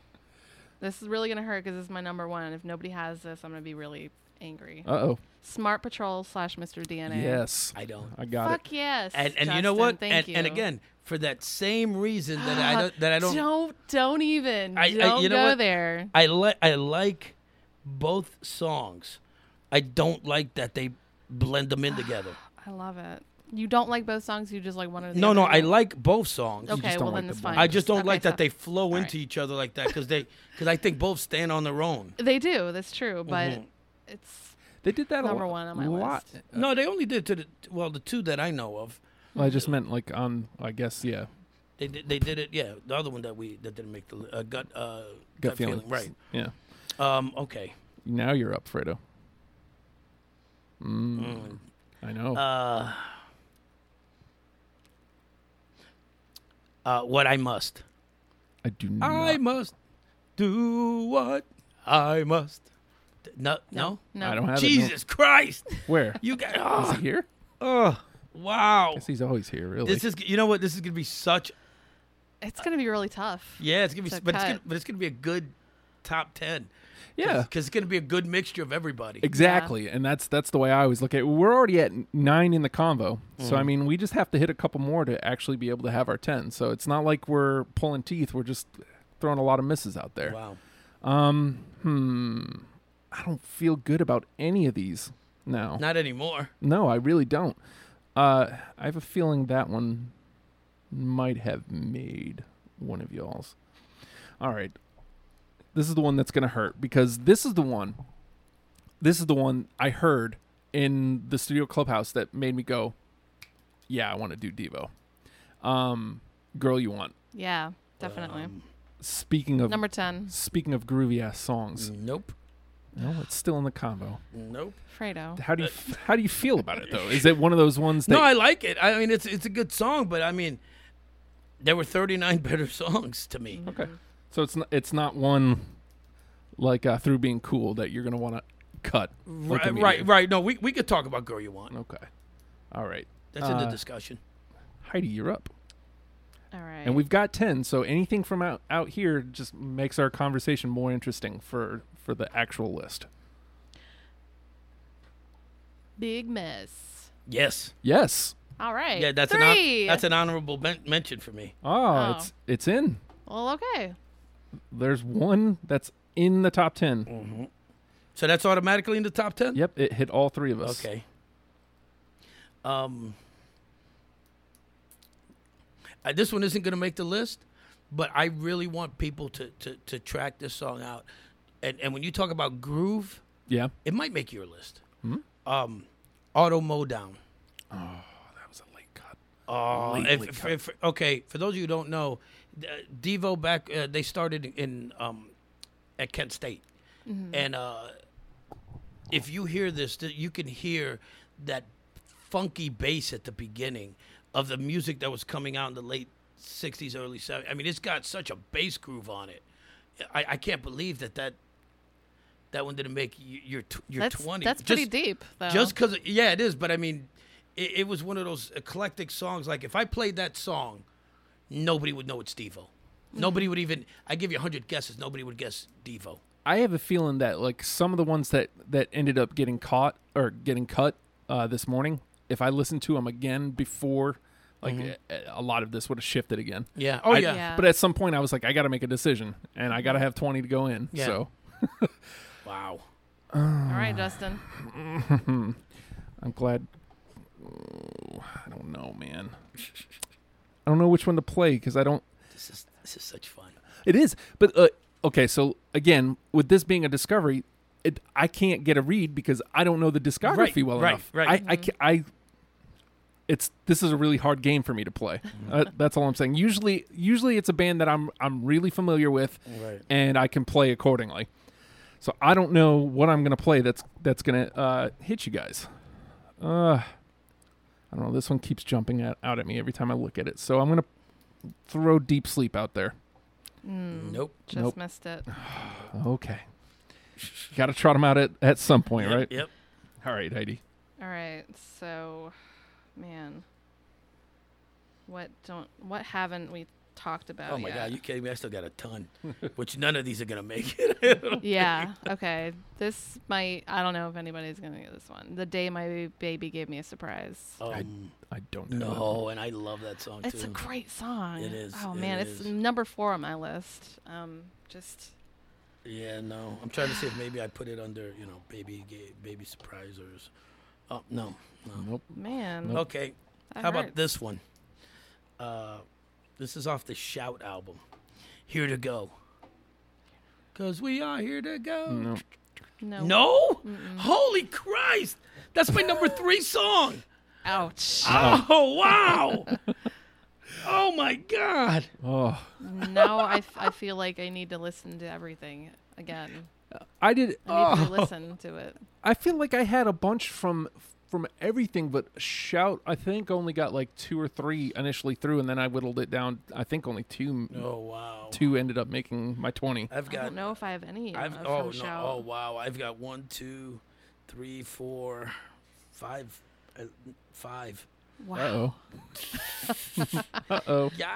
Speaker 3: this is really gonna hurt because this is my number one. If nobody has this, I'm gonna be really angry.
Speaker 1: Uh oh.
Speaker 3: Smart Patrol slash Mr. DNA.
Speaker 1: Yes,
Speaker 2: I don't.
Speaker 1: I got
Speaker 3: Fuck yes.
Speaker 2: And and you know
Speaker 3: Justin,
Speaker 2: what?
Speaker 3: Thank
Speaker 2: and,
Speaker 3: you. Ah,
Speaker 2: and again, for that same reason that I don't that I don't
Speaker 3: Don't don't even.
Speaker 2: I- I-
Speaker 3: don't
Speaker 2: you know
Speaker 3: go
Speaker 2: what?
Speaker 3: there.
Speaker 2: I like I like both songs. I don't like that they blend them in together.
Speaker 3: I love it. You don't like both songs. You just like one of the.
Speaker 2: No, no,
Speaker 3: other?
Speaker 2: I like both songs.
Speaker 1: just
Speaker 3: Okay,
Speaker 1: don't
Speaker 3: well
Speaker 1: like
Speaker 3: then
Speaker 1: the
Speaker 3: it's
Speaker 1: blend.
Speaker 3: fine.
Speaker 2: I just don't
Speaker 3: Okay,
Speaker 2: like
Speaker 3: so-
Speaker 2: that they flow
Speaker 3: right.
Speaker 2: into each other like that because they because I think both stand on their own.
Speaker 3: They do. That's true, but
Speaker 2: Mhm.
Speaker 3: it's
Speaker 1: it. They did that
Speaker 3: number
Speaker 1: a lo-
Speaker 3: one on my
Speaker 1: lot.
Speaker 3: list.
Speaker 2: No, they only did to the well the two that I know of.
Speaker 1: Well, I just meant like on. I guess yeah.
Speaker 2: They did, they did it. Yeah, the other one that we that didn't make the li- uh, gut uh,
Speaker 1: Gut feeling.
Speaker 2: Right.
Speaker 1: Yeah.
Speaker 2: Um. Okay.
Speaker 1: Now you're up, Fredo.
Speaker 2: Mm.
Speaker 1: I know.
Speaker 2: Uh, uh, what I must.
Speaker 1: I do not.
Speaker 2: I must do what I must. D- No, no.
Speaker 3: No.
Speaker 1: I don't have it.
Speaker 2: Jesus Christ!
Speaker 1: no. Where?
Speaker 2: You got.
Speaker 1: Is
Speaker 2: Oh,
Speaker 1: he here?
Speaker 2: oh, wow.
Speaker 1: Yes, he's always here. Really.
Speaker 2: This is. You know what? This is gonna be such.
Speaker 3: It's gonna be really tough.
Speaker 2: Yeah, it's gonna be.
Speaker 3: It's a
Speaker 2: but it's
Speaker 3: cut.
Speaker 2: gonna, but it's gonna be a good top ten.
Speaker 1: yeah.
Speaker 2: because it's gonna be a good mixture of everybody.
Speaker 1: Exactly, and that's that's the way I always look at. it. We're already at nine in the convo, so
Speaker 2: Mm.
Speaker 1: I mean, we just have to hit a couple more to actually be able to have our ten. So it's not like we're pulling teeth; we're just throwing a lot of misses out there.
Speaker 2: Wow.
Speaker 1: Um, hmm, I don't feel good about any of these now.
Speaker 2: Not anymore.
Speaker 1: No, I really don't. Uh, I have a feeling that one might have made one of y'all's. All right. This is the one that's going to hurt because this is the one. This is the one I heard in the studio clubhouse that made me go, yeah, I want to do Devo. Um, Girl You Want.
Speaker 3: Yeah, definitely.
Speaker 2: Um,
Speaker 1: Speaking of
Speaker 3: Number ten,
Speaker 1: speaking of groovy ass songs.
Speaker 2: nope.
Speaker 1: No, it's still in the convo.
Speaker 2: Nope.
Speaker 3: Fredo.
Speaker 1: How do you f- how do you feel about it though? Is it one of those ones that
Speaker 2: No, I like it. I mean, it's it's a good song, but I mean, there were 39 better songs to me.
Speaker 1: Okay. So it's not, it's not one like uh, through being cool that you're gonna want to cut. like,
Speaker 2: right,
Speaker 1: immediately.
Speaker 2: right, right. No, we, we could talk about "Girl You Want."
Speaker 1: Okay. All right,
Speaker 2: That's in the
Speaker 1: Uh,
Speaker 2: discussion.
Speaker 1: Heidi, you're up,
Speaker 3: All right.
Speaker 1: and we've got ten. So anything from out out here just makes our conversation more interesting for for the actual list.
Speaker 3: big miss.
Speaker 2: Yes.
Speaker 1: Yes.
Speaker 3: All right.
Speaker 2: Yeah, that's an
Speaker 3: three.
Speaker 2: hon- that's an honorable men- mention for me.
Speaker 1: Oh,
Speaker 3: Oh.
Speaker 1: it's it's in.
Speaker 3: well, okay.
Speaker 1: There's one that's in the top ten.
Speaker 2: So that's automatically in the top 10.
Speaker 1: Yep, it hit all three of us.
Speaker 2: Okay. Um, uh, this one isn't going to make the list, but I really want people to, to, to track this song out. And, and when you talk about groove,
Speaker 1: Yeah.
Speaker 2: it might make your list. Um, Auto Mowdown.
Speaker 1: Oh, that was a late cut.
Speaker 2: Oh,
Speaker 1: Late,
Speaker 2: if,
Speaker 1: late
Speaker 2: if-
Speaker 1: cut.
Speaker 2: if- okay. For those of you who don't know, uh, Devo back uh, they started in um, at Kent State,
Speaker 3: Mm-hmm.
Speaker 2: and uh, if you hear this, th- you can hear that funky bass at the beginning of the music that was coming out in the late '60s, early '70s. I mean, it's got such a bass groove on it. I, I can't believe that that that one didn't make y- your tw- your
Speaker 3: That's
Speaker 2: twenty.
Speaker 3: that's pretty
Speaker 2: Just-
Speaker 3: deep though.
Speaker 2: just because, yeah, it is. But I mean, it, it was one of those eclectic songs. Like if I played that song, nobody would know it's Devo. Nobody would even. I give you a hundred guesses, nobody would guess Devo.
Speaker 1: I have a feeling that like some of the ones that that ended up getting caught or getting cut uh, this morning, if I listened to them again before, like a, a lot of this would have shifted again.
Speaker 2: Yeah. Oh
Speaker 1: I-
Speaker 2: yeah.
Speaker 3: Yeah.
Speaker 1: But at some point, I was like, I got to make a decision, and I got to have twenty to go in.
Speaker 2: Yeah.
Speaker 1: So
Speaker 2: Wow.
Speaker 3: All right, Justin.
Speaker 1: I'm glad. Oh, I don't know, man. I don't know which one to play because I don't.
Speaker 2: This is this is such fun.
Speaker 1: It is, but uh, okay. So again, with this being a discovery, it, I can't get a read because I don't know the discography
Speaker 2: Right,
Speaker 1: well
Speaker 2: right,
Speaker 1: enough.
Speaker 2: right. Mm-hmm.
Speaker 1: I, I, ca- I, it's this is a really hard game for me to play. Uh, that's all I'm saying. Usually, usually it's a band that I'm I'm really familiar with,
Speaker 2: Right.
Speaker 1: and I can play accordingly. So I don't know what I'm gonna play. That's that's gonna uh, hit you guys. Uh, I don't know. This one keeps jumping at, out at me every time I look at it. So I'm gonna throw Deep Sleep out there.
Speaker 3: Mm,
Speaker 2: Nope.
Speaker 3: Just
Speaker 1: Nope.
Speaker 3: missed it.
Speaker 1: Okay. Got to trot them out at, at some point,
Speaker 2: Yep,
Speaker 1: right?
Speaker 2: Yep.
Speaker 1: All right, Heidi.
Speaker 3: All right. So, man, what don't what haven't we talked about?
Speaker 2: Oh my
Speaker 3: yet?
Speaker 2: God, you kidding me? I still got a ton, which none of these are gonna make it.
Speaker 3: yeah. Okay. This might. I don't know if anybody's gonna get this one. The day my baby gave me a surprise.
Speaker 2: um,
Speaker 1: I don't know.
Speaker 2: no, and I love that song
Speaker 3: It's a
Speaker 2: too.
Speaker 3: great song.
Speaker 2: It is,
Speaker 3: Oh
Speaker 2: it
Speaker 3: man, it's
Speaker 2: is.
Speaker 3: number four on my list. Um, just
Speaker 2: yeah, no, I'm trying to see if maybe I put it under, you know, baby, Ga- baby surprise or. s- Oh no, no.
Speaker 1: Nope.
Speaker 3: man.
Speaker 1: Nope.
Speaker 2: Okay,
Speaker 3: that
Speaker 2: How about
Speaker 3: hurts.
Speaker 2: this one? Uh, this is off the Shout album. Here to go. Cause we are here to go.
Speaker 1: No.
Speaker 3: No.
Speaker 2: No? Holy Christ!
Speaker 1: Ah. Oh.
Speaker 2: That's my number three song.
Speaker 3: Ouch.
Speaker 2: Oh wow! Oh my God.
Speaker 1: Oh,
Speaker 3: now I, f- I feel like I need to listen to everything again.
Speaker 1: I did.
Speaker 3: I need
Speaker 1: oh.
Speaker 3: to listen to it.
Speaker 1: I feel like I had a bunch from from everything, but shout. I think only got like two or three initially through, and then I whittled it down. I think only two
Speaker 2: Oh wow.
Speaker 1: two ended up making my twenty.
Speaker 2: I've
Speaker 3: I
Speaker 2: got.
Speaker 3: don't know if I have any.
Speaker 2: I've
Speaker 3: uh,
Speaker 2: oh
Speaker 3: from
Speaker 2: no
Speaker 3: Shout.
Speaker 2: oh wow. I've got one two, three four, five, uh, five.
Speaker 3: wow.
Speaker 1: Uh oh. uh oh.
Speaker 2: Yeah,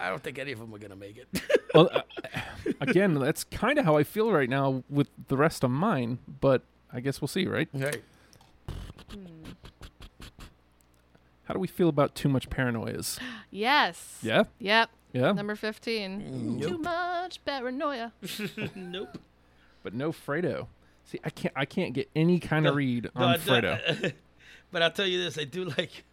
Speaker 2: I don't think any of them are gonna make it.
Speaker 1: Well, uh, again, that's kind of how I feel right now with the rest of mine, but I guess we'll see, right?
Speaker 2: right.
Speaker 3: Hmm.
Speaker 1: How do we feel about too much paranoias?
Speaker 3: Yes.
Speaker 1: Yeah, Mm.
Speaker 3: Yep.
Speaker 1: yeah,
Speaker 3: Number 15.
Speaker 2: Nope.
Speaker 3: Too much paranoia.
Speaker 2: nope.
Speaker 1: but no Fredo. See, I can't, I can't get any kind of
Speaker 2: No,
Speaker 1: read
Speaker 2: No,
Speaker 1: on
Speaker 2: I do-
Speaker 1: Fredo.
Speaker 2: but I'll tell you this: I do like.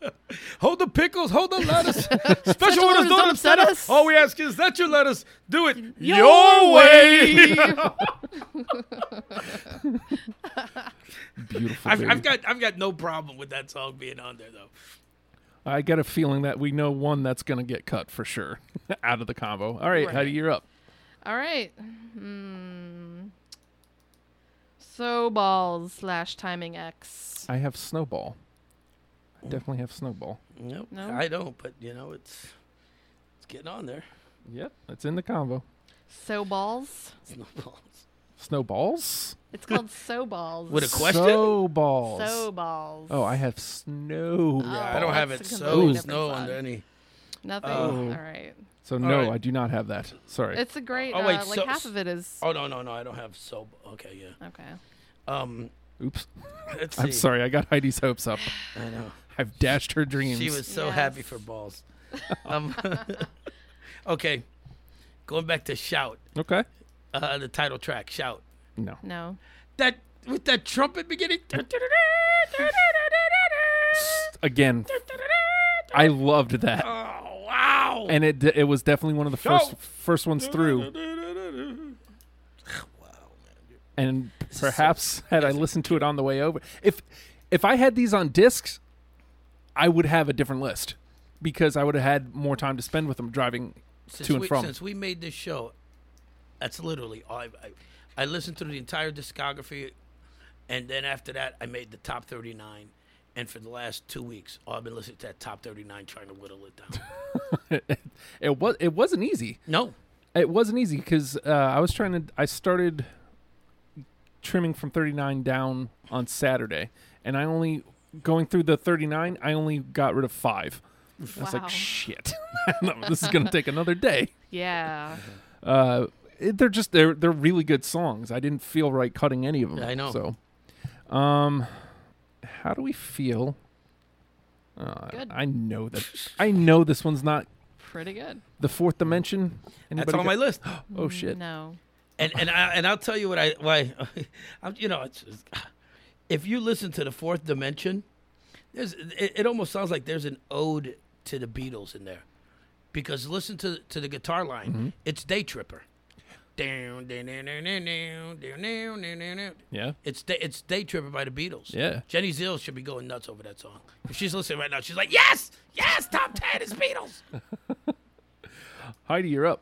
Speaker 2: Hold the pickles, hold the lettuce. Special
Speaker 3: orders
Speaker 2: orders
Speaker 3: don't
Speaker 2: don't upset
Speaker 3: upset us.
Speaker 2: us. All we ask is that you let us do it your,
Speaker 1: Your
Speaker 2: way.
Speaker 1: Beautiful.
Speaker 2: I've,
Speaker 1: baby.
Speaker 2: I've got I've got no problem with that song being on there though.
Speaker 1: I got a feeling that we know one that's going to get cut for sure out of the combo. All right, how do
Speaker 2: Right.
Speaker 1: you're up?
Speaker 3: All right. Hmm. So balls slash timing X.
Speaker 1: I have Snowball. I definitely have Snowball.
Speaker 2: Nope,
Speaker 3: No?
Speaker 2: I don't. But you know, it's it's getting on there.
Speaker 1: Yep, that's in the combo.
Speaker 3: So balls.
Speaker 2: It's no balls.
Speaker 1: Snowballs?
Speaker 3: It's called so balls.
Speaker 2: What The a- question?
Speaker 1: Snowballs.
Speaker 3: so balls.
Speaker 1: Oh, I have snow.
Speaker 3: Oh,
Speaker 2: I don't have it.
Speaker 3: that's a
Speaker 2: So
Speaker 3: completely
Speaker 2: it's no
Speaker 3: different
Speaker 2: under
Speaker 3: song.
Speaker 2: any.
Speaker 3: nothing.
Speaker 2: Oh.
Speaker 3: All right.
Speaker 1: So no,
Speaker 2: right.
Speaker 1: I do not have that. Sorry.
Speaker 3: It's a great.
Speaker 2: Oh, wait,
Speaker 3: uh, like
Speaker 2: so-
Speaker 3: half of it is.
Speaker 2: Oh no no no! I don't have so. Okay yeah.
Speaker 3: Okay.
Speaker 2: Um,
Speaker 1: Oops.
Speaker 2: let's see.
Speaker 1: I'm sorry. I got Heidi's hopes up.
Speaker 2: I know.
Speaker 1: I've dashed her dreams.
Speaker 2: She was so happy
Speaker 3: Yes.
Speaker 2: for balls. Um, okay, going back to shout.
Speaker 1: okay.
Speaker 2: Uh, the title track, shout.
Speaker 1: No.
Speaker 3: No.
Speaker 2: That with that trumpet beginning.
Speaker 1: Again, I loved
Speaker 2: Oh
Speaker 1: that,
Speaker 2: wow!
Speaker 1: and it it was definitely one of the first
Speaker 2: Shout.
Speaker 1: first ones
Speaker 2: Wow,
Speaker 1: through.
Speaker 2: man.
Speaker 1: And perhaps had I listened to it on the way over, if if I had these on discs, I would have a different list because I would have had more time to spend with them driving
Speaker 2: Since
Speaker 1: to and
Speaker 2: we,
Speaker 1: from.
Speaker 2: Since we made this show, that's literally all I, I. I listened to the entire discography, and then after that, I made the top thirty-nine. And for the last two weeks, all I've been listening to that top thirty-nine, trying to whittle it down.
Speaker 1: it was it wasn't easy.
Speaker 2: no,
Speaker 1: It wasn't easy because uh, I was trying to. I started trimming from 39 down on Saturday, and I only going through the 39. I only got rid of five. I was
Speaker 3: Wow.
Speaker 1: like, shit, No, this is gonna take another day.
Speaker 3: Yeah.
Speaker 1: Uh, it- they're just they're they're really good songs. I didn't feel right cutting any of them.
Speaker 2: Yeah, I know.
Speaker 1: So, um, how do we feel? Uh,
Speaker 3: Good.
Speaker 1: I know that. I know this one's not
Speaker 3: Pretty good.
Speaker 1: the fourth dimension.
Speaker 2: that's
Speaker 1: Anybody
Speaker 2: on my
Speaker 1: got-
Speaker 2: list.
Speaker 1: oh shit.
Speaker 3: No.
Speaker 2: and and I and I'll tell you what I why, I'm, you know, it's, it's- if you listen to the Fourth Dimension, there's it, it almost sounds like there's an ode to the Beatles in there, because listen to to the guitar line,
Speaker 3: Mm-hmm.
Speaker 2: it's Day Tripper, down down down down down down down down down down. down.
Speaker 1: Yeah.
Speaker 2: It's day, it's Day Tripper by the Beatles.
Speaker 1: Yeah.
Speaker 2: Jenny Zill should be going nuts over that song. If she's listening right now, she's like, yes, yes, top ten is Beatles.
Speaker 1: Heidi, you're up.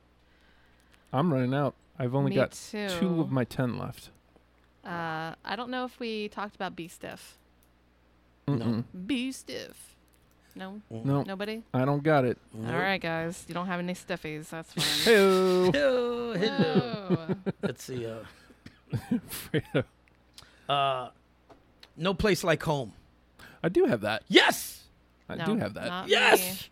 Speaker 1: I'm running out. I've only
Speaker 3: Me
Speaker 1: got two
Speaker 3: too.
Speaker 1: of my ten left.
Speaker 3: Uh, I don't know if we talked about B stiff.
Speaker 1: Mm-mm.
Speaker 3: B stiff. No.
Speaker 1: No,
Speaker 3: Nobody.
Speaker 1: I don't got it.
Speaker 3: All right, guys. You don't have any stiffies. That's fine.
Speaker 1: Hey,
Speaker 2: Hello, hello.
Speaker 3: Whoa.
Speaker 2: Let's see. Uh, Uh, no place like home.
Speaker 1: I do have that.
Speaker 2: Yes.
Speaker 1: I
Speaker 3: No,
Speaker 1: do have that.
Speaker 3: not me.
Speaker 2: Yes.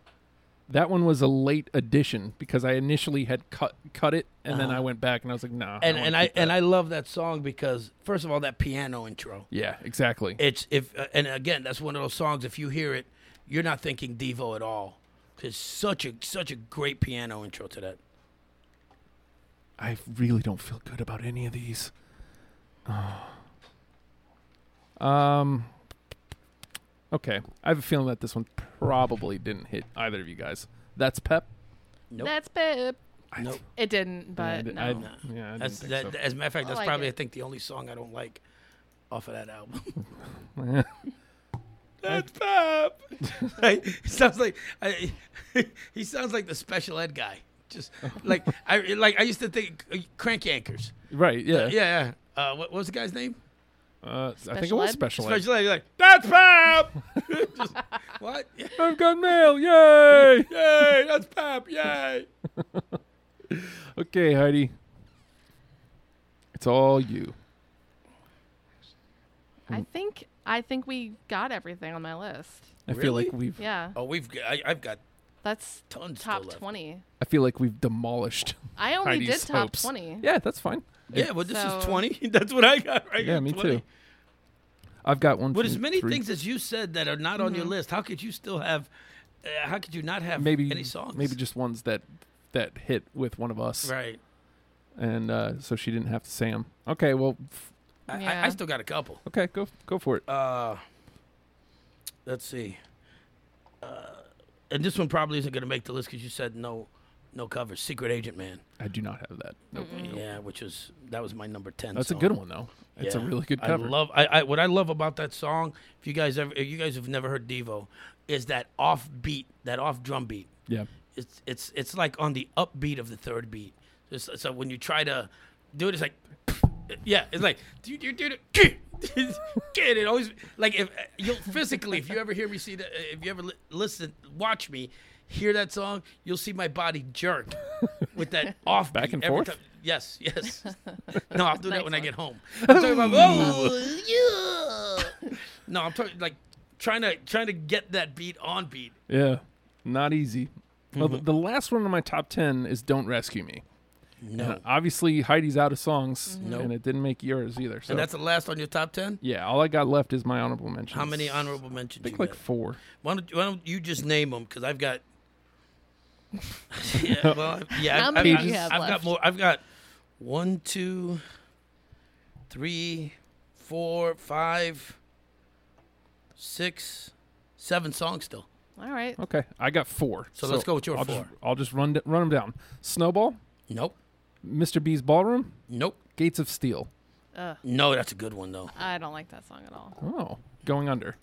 Speaker 1: That one was a late addition because I initially had cut cut it, and then I went back and I was like, nah.
Speaker 2: Uh-huh. And
Speaker 1: wanna
Speaker 2: and I
Speaker 1: keep that.
Speaker 2: and I love that song because first of all that piano intro.
Speaker 1: yeah, exactly.
Speaker 2: It's if uh, and again that's one of those songs if you hear it you're not thinking Devo at all. It's such a such a great piano intro to that.
Speaker 1: I really don't feel good about any of these. Oh. Um. Okay, I have a feeling that this one probably didn't hit either of you guys. That's Pep.
Speaker 2: Nope.
Speaker 3: That's Pip.
Speaker 1: I-
Speaker 2: Nope.
Speaker 3: It didn't, but
Speaker 1: Yeah,
Speaker 3: no.
Speaker 1: I d-
Speaker 2: no.
Speaker 1: I, yeah, I
Speaker 2: That's
Speaker 1: didn't
Speaker 2: that.
Speaker 1: think
Speaker 2: As a matter of fact,
Speaker 3: I
Speaker 2: that's
Speaker 3: like
Speaker 2: probably I
Speaker 3: it.
Speaker 2: think the only song I don't like off of that album.
Speaker 1: so.
Speaker 2: That's Pop. Right? He sounds like I, he sounds like the special ed guy. Just like I like I used to think uh, crank anchors.
Speaker 1: Right. Yeah.
Speaker 2: Yeah. yeah. Uh, what, what was the guy's name?
Speaker 1: Uh, I think it
Speaker 3: Special
Speaker 1: was
Speaker 3: ed?
Speaker 1: special ed.
Speaker 2: Special ed. You're like that's Pop. Just, what? Yeah.
Speaker 1: I've got mail. Yay!
Speaker 2: Yay! That's Pop. Yay!
Speaker 1: Okay, Heidi. It's all you.
Speaker 3: I think I think we got everything on my list.
Speaker 1: I feel like
Speaker 2: Really?
Speaker 1: we've
Speaker 3: Yeah,
Speaker 2: Oh, we've got, I, I've got
Speaker 3: that's
Speaker 2: tons still
Speaker 3: top
Speaker 2: left.
Speaker 3: twenty.
Speaker 1: I feel like we've demolished.
Speaker 3: I only
Speaker 1: Heidi's
Speaker 3: Oh, did top
Speaker 1: hopes.
Speaker 3: twenty.
Speaker 1: Yeah, that's fine.
Speaker 2: Yeah, well, this
Speaker 3: So-
Speaker 2: is 20. That's what I got right
Speaker 1: Yeah,
Speaker 2: here,
Speaker 1: me
Speaker 2: 20.
Speaker 1: too. I've got one.
Speaker 2: But as
Speaker 1: two,
Speaker 2: many
Speaker 1: three-
Speaker 2: things as you said that are not on
Speaker 3: Mm-hmm.
Speaker 2: your list, how could you still have, uh, how could you not have
Speaker 1: maybe
Speaker 2: any songs?
Speaker 1: maybe just ones that that hit with one of us,
Speaker 2: Right.
Speaker 1: and uh, so she didn't have to say them. Okay, well, f-
Speaker 2: I- I, I
Speaker 3: Yeah.
Speaker 2: still got a couple.
Speaker 1: okay, go go for it.
Speaker 2: Uh, let's see. Uh, and this one probably isn't going to make the list because you said no, no covers. Secret Agent Man.
Speaker 1: I do not have that. Nope.
Speaker 2: Yeah, which is that was my number ten.
Speaker 1: That's a
Speaker 2: song.
Speaker 1: good one though. It's a
Speaker 2: Yeah.
Speaker 1: really good cover.
Speaker 2: I love. I, I what I love about that song. If you guys ever, if you guys have never heard Devo, is that off beat, that off drum beat.
Speaker 1: yeah,
Speaker 2: It's it's it's like on the upbeat of the third beat. It's- so when you try to do it, it's like, yeah, it's like do do do do. Kid, it always like if you'll physically if you ever hear me see that uh, if you ever li- listen watch me hear that song you'll see my body jerk with that off
Speaker 1: Back and
Speaker 2: every
Speaker 1: forth?
Speaker 2: time. Yes, yes. No, I'll do that
Speaker 3: Nice
Speaker 2: when I
Speaker 3: one.
Speaker 2: get home. I'm talking about, oh, yeah. No, I'm talking like trying to trying to get that beat on beat.
Speaker 1: yeah, not easy. Well, the, the last one in my top ten is "Don't Rescue Me."
Speaker 2: No,
Speaker 1: And obviously, Heidi's out of songs,
Speaker 2: Nope.
Speaker 1: and it didn't make yours either. So
Speaker 2: and that's the last on your top ten.
Speaker 1: yeah, all I got left is my honorable mentions.
Speaker 2: How many
Speaker 1: I
Speaker 2: honorable mentions?
Speaker 1: think
Speaker 2: you
Speaker 1: like
Speaker 2: got?
Speaker 1: four.
Speaker 2: Why don't, why don't you just name them? Because I've got. yeah, well, yeah.
Speaker 3: How
Speaker 2: I've,
Speaker 3: many
Speaker 2: I've,
Speaker 3: do you
Speaker 2: I've
Speaker 3: have
Speaker 2: got
Speaker 3: left?
Speaker 2: more. I've got one, two, three, four, five, six, seven songs still.
Speaker 3: All right.
Speaker 1: Okay, I got four.
Speaker 2: So let's go with your
Speaker 1: I'll Just,
Speaker 2: four.
Speaker 1: I'll just run d- run them down. Snowball,
Speaker 2: Nope.
Speaker 1: Mr. B's Ballroom,
Speaker 2: Nope.
Speaker 1: Gates of Steel.
Speaker 3: Ugh,
Speaker 2: No, that's a good one though.
Speaker 3: I don't like that song at all.
Speaker 1: Oh, going under.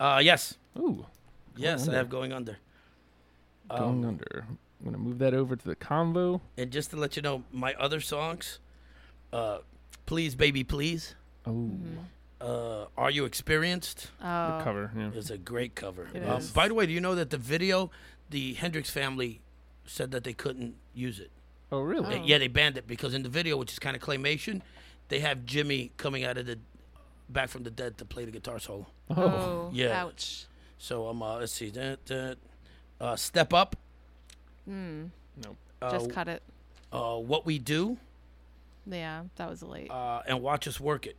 Speaker 2: Uh, yes,
Speaker 1: Ooh,
Speaker 2: yes,
Speaker 1: under.
Speaker 2: I have going under.
Speaker 1: going
Speaker 2: Oh.
Speaker 1: under. I'm gonna move that over to the convo.
Speaker 2: And just to let you know, my other songs, uh, please, baby, please.
Speaker 1: Oh,
Speaker 2: Uh, Are you experienced?
Speaker 3: Oh,
Speaker 1: the cover. Yeah.
Speaker 2: It's a great cover.
Speaker 3: It
Speaker 2: Um,
Speaker 3: is.
Speaker 2: by the way, do you know that the video, the Hendrix family said that they couldn't use it?
Speaker 1: Oh, really?
Speaker 2: Uh, Yeah, they banned it because in the video, which is kind of claymation, they have Jimmy coming out of the back from the dead to play the guitar solo.
Speaker 1: Oh,
Speaker 3: oh,
Speaker 2: yeah.
Speaker 3: ouch.
Speaker 2: So um, uh, let's see, that that uh, step up.
Speaker 1: Nope.
Speaker 2: Uh,
Speaker 3: Hmm.
Speaker 1: Oh.
Speaker 3: Just cut it.
Speaker 2: uh, what we do
Speaker 3: Yeah, that was late.
Speaker 2: uh, and watch us work it.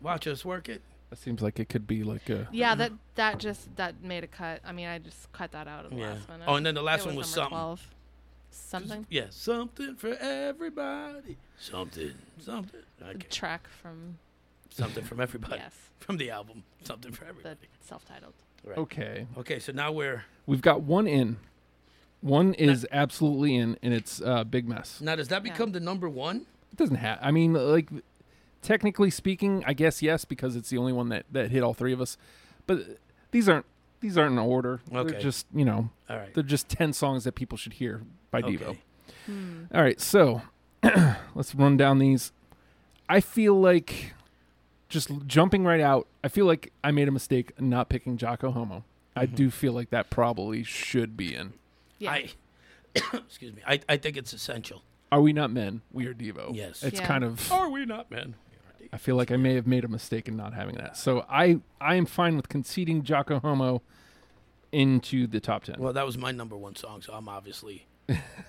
Speaker 2: watch us work it.
Speaker 1: that seems like it could be like a.
Speaker 3: yeah, that that just that made a cut. I mean, I just cut that out of the
Speaker 2: Yeah.
Speaker 3: last one.
Speaker 2: Oh, and then the last
Speaker 3: It
Speaker 2: one was
Speaker 3: number
Speaker 2: something.
Speaker 3: 12. Something.
Speaker 2: Yeah, something for everybody. Something, something. Okay.
Speaker 3: Track from
Speaker 2: Something from everybody.
Speaker 3: yes,
Speaker 2: From the album. Something for
Speaker 3: the
Speaker 2: everybody.
Speaker 3: self-titled.
Speaker 2: Right.
Speaker 1: Okay,
Speaker 2: Okay, so now we're
Speaker 1: we've got one in. One is absolutely in, and it's uh, big mess.
Speaker 2: now. Does that
Speaker 3: Yeah.
Speaker 2: become the number one?
Speaker 1: It doesn't have. I mean, like, technically speaking, I guess yes, because it's the only one that that hit all three of us. But these aren't these aren't in order. They're
Speaker 2: Okay.
Speaker 1: just you know
Speaker 2: All right.
Speaker 1: they're just ten songs that people should hear by Devo.
Speaker 2: Okay.
Speaker 1: All right, so let's run down these. I feel like just l- jumping right out. I feel like I made a mistake not picking Jocko Homo. I
Speaker 2: Mm-hmm.
Speaker 1: do feel like that probably should be in.
Speaker 3: Yeah.
Speaker 2: I excuse me. I, I think it's essential.
Speaker 1: Are we not men? We are Devo.
Speaker 2: Yes.
Speaker 1: it's
Speaker 3: Yeah.
Speaker 1: kind of.
Speaker 2: Are we not, man?
Speaker 1: I feel like I may have made a mistake in not having that. So I I am fine with conceding Jocko Homo into the top ten.
Speaker 2: Well, that was my number one song, so I'm obviously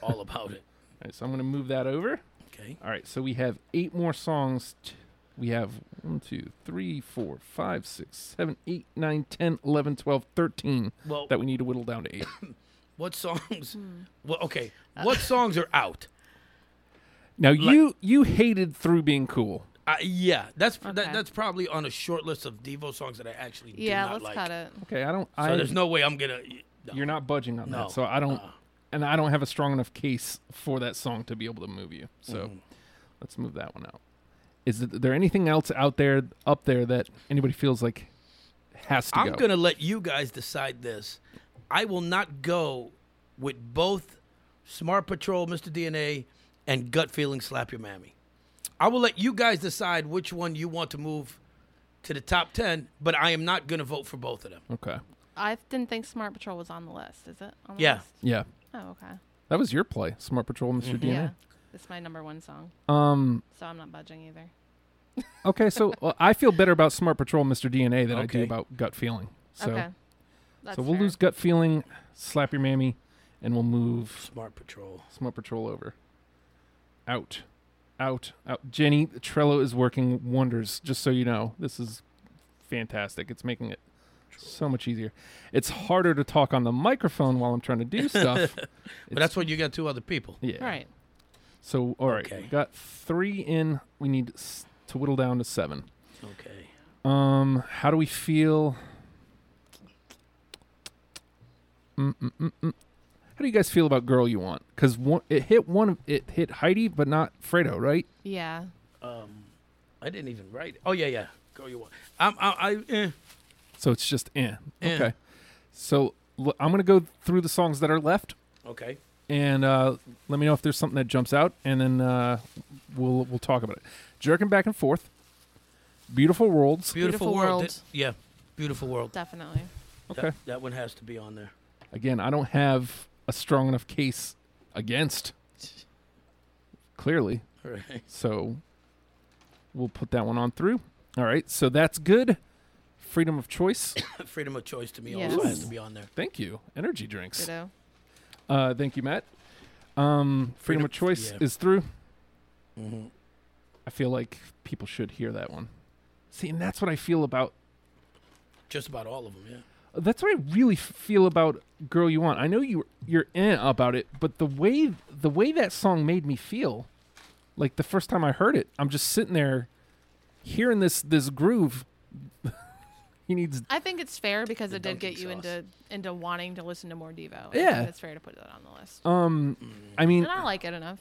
Speaker 2: all about it.
Speaker 1: All right, so I'm going to move that over.
Speaker 2: Okay.
Speaker 1: All right, so we have eight more songs. t- We have one, two, three, four, five, six, seven, eight, nine, ten, eleven, twelve, thirteen.
Speaker 2: Well,
Speaker 1: that we need to whittle down to eight.
Speaker 2: what songs?
Speaker 3: Hmm.
Speaker 2: Well, okay.
Speaker 3: Uh.
Speaker 2: What songs are out?
Speaker 1: Now you you hated through being cool.
Speaker 2: Uh, yeah, that's that,
Speaker 3: Okay.
Speaker 2: that's probably on a short list of Devo songs that I actually do
Speaker 3: yeah,
Speaker 2: not
Speaker 3: let's
Speaker 2: like.
Speaker 3: cut it.
Speaker 1: Okay, I don't.
Speaker 2: So
Speaker 1: I
Speaker 2: there's no way I'm gonna. no.
Speaker 1: you're not budging on
Speaker 2: No,
Speaker 1: that, so I don't.
Speaker 2: uh-uh.
Speaker 1: and I don't have a strong enough case for that song to be able to move you. So
Speaker 2: Mm-hmm.
Speaker 1: let's move that one out. Is th- there anything else out there up there that anybody feels like has to
Speaker 2: I'm
Speaker 1: go.
Speaker 2: gonna let you guys decide this. I will not go with both Smart Patrol, Mr. DNA, and Gut Feeling Slap Your Mammy. I will let you guys decide which one you want to move to the top ten, but I am not gonna vote for both of them.
Speaker 1: okay.
Speaker 3: I didn't think Smart Patrol was on the list. Is it? On the
Speaker 2: Yeah.
Speaker 3: List?
Speaker 1: Yeah.
Speaker 3: Oh, okay.
Speaker 1: That was your play, Smart Patrol, mister
Speaker 3: Mm-hmm. Yeah.
Speaker 1: DNA.
Speaker 3: It's my number one song,
Speaker 1: Um.
Speaker 3: so I'm not budging either.
Speaker 1: Okay, so well, I feel better about Smart Patrol, Mister DNA, than I do
Speaker 2: Okay.
Speaker 1: about gut feeling. So,
Speaker 3: okay. That's
Speaker 1: so we'll
Speaker 3: fair.
Speaker 1: lose gut feeling, slap your mammy, and we'll move
Speaker 2: Smart Patrol.
Speaker 1: Smart Patrol over. Out, out, out. Jenny Trello is working wonders. Just so you know, this is fantastic. It's making it so much easier. It's harder to talk on the microphone while I'm trying to do stuff.
Speaker 2: But that's when you got two other people.
Speaker 1: yeah.
Speaker 3: Right.
Speaker 1: So all right,
Speaker 2: Okay.
Speaker 1: we got three in. We need s- to whittle down to seven.
Speaker 2: Okay.
Speaker 1: Um, how do we feel? Mm, Mm-mm-mm-mm. How do you guys feel about "Girl You Want"? Because it hit one, of- it hit Heidi, but not Fredo, right?
Speaker 3: Yeah.
Speaker 2: Um, I didn't even write. It. Oh yeah, yeah. Go you want. I'm. I. I eh.
Speaker 1: So it's just eh.
Speaker 2: Eh.
Speaker 1: Okay. So l- I'm gonna go through the songs that are left,
Speaker 2: Okay.
Speaker 1: and uh, let me know if there's something that jumps out, and then uh, we'll we'll talk about it. Jerking back and forth. Beautiful worlds.
Speaker 2: Beautiful,
Speaker 3: Beautiful
Speaker 2: world.
Speaker 3: World.
Speaker 2: Th- Yeah. Beautiful world.
Speaker 3: Definitely.
Speaker 1: Okay.
Speaker 2: That, that one has to be on there.
Speaker 1: Again, I don't have a strong enough case against. Clearly,
Speaker 2: Right.
Speaker 1: So we'll put that one on through. All right. So that's good. Freedom of choice.
Speaker 2: Freedom of choice to me
Speaker 3: Yes.
Speaker 2: also has to be on there.
Speaker 1: Thank you. Energy drinks.
Speaker 3: Ditto.
Speaker 1: Uh, thank you, Matt. Um, freedom,
Speaker 2: Freedom-
Speaker 1: of choice
Speaker 2: yeah.
Speaker 1: is through.
Speaker 2: Mm-hmm.
Speaker 1: I feel like people should hear that one. See, and that's what I feel about.
Speaker 2: Just about all of them. Yeah.
Speaker 1: That's what I really f- feel about "Girl You Want." I know you you're in about it, but the way the way that song made me feel, like the first time I heard it, I'm just sitting there, hearing this this groove. he needs
Speaker 3: I think it's fair because
Speaker 2: The
Speaker 3: it did
Speaker 2: dunking
Speaker 3: get you
Speaker 2: sauce.
Speaker 3: into into wanting to listen to more Devo. I think
Speaker 1: Yeah.
Speaker 3: it's fair to put that on the list.
Speaker 1: Um, I mean,
Speaker 3: and I like it enough.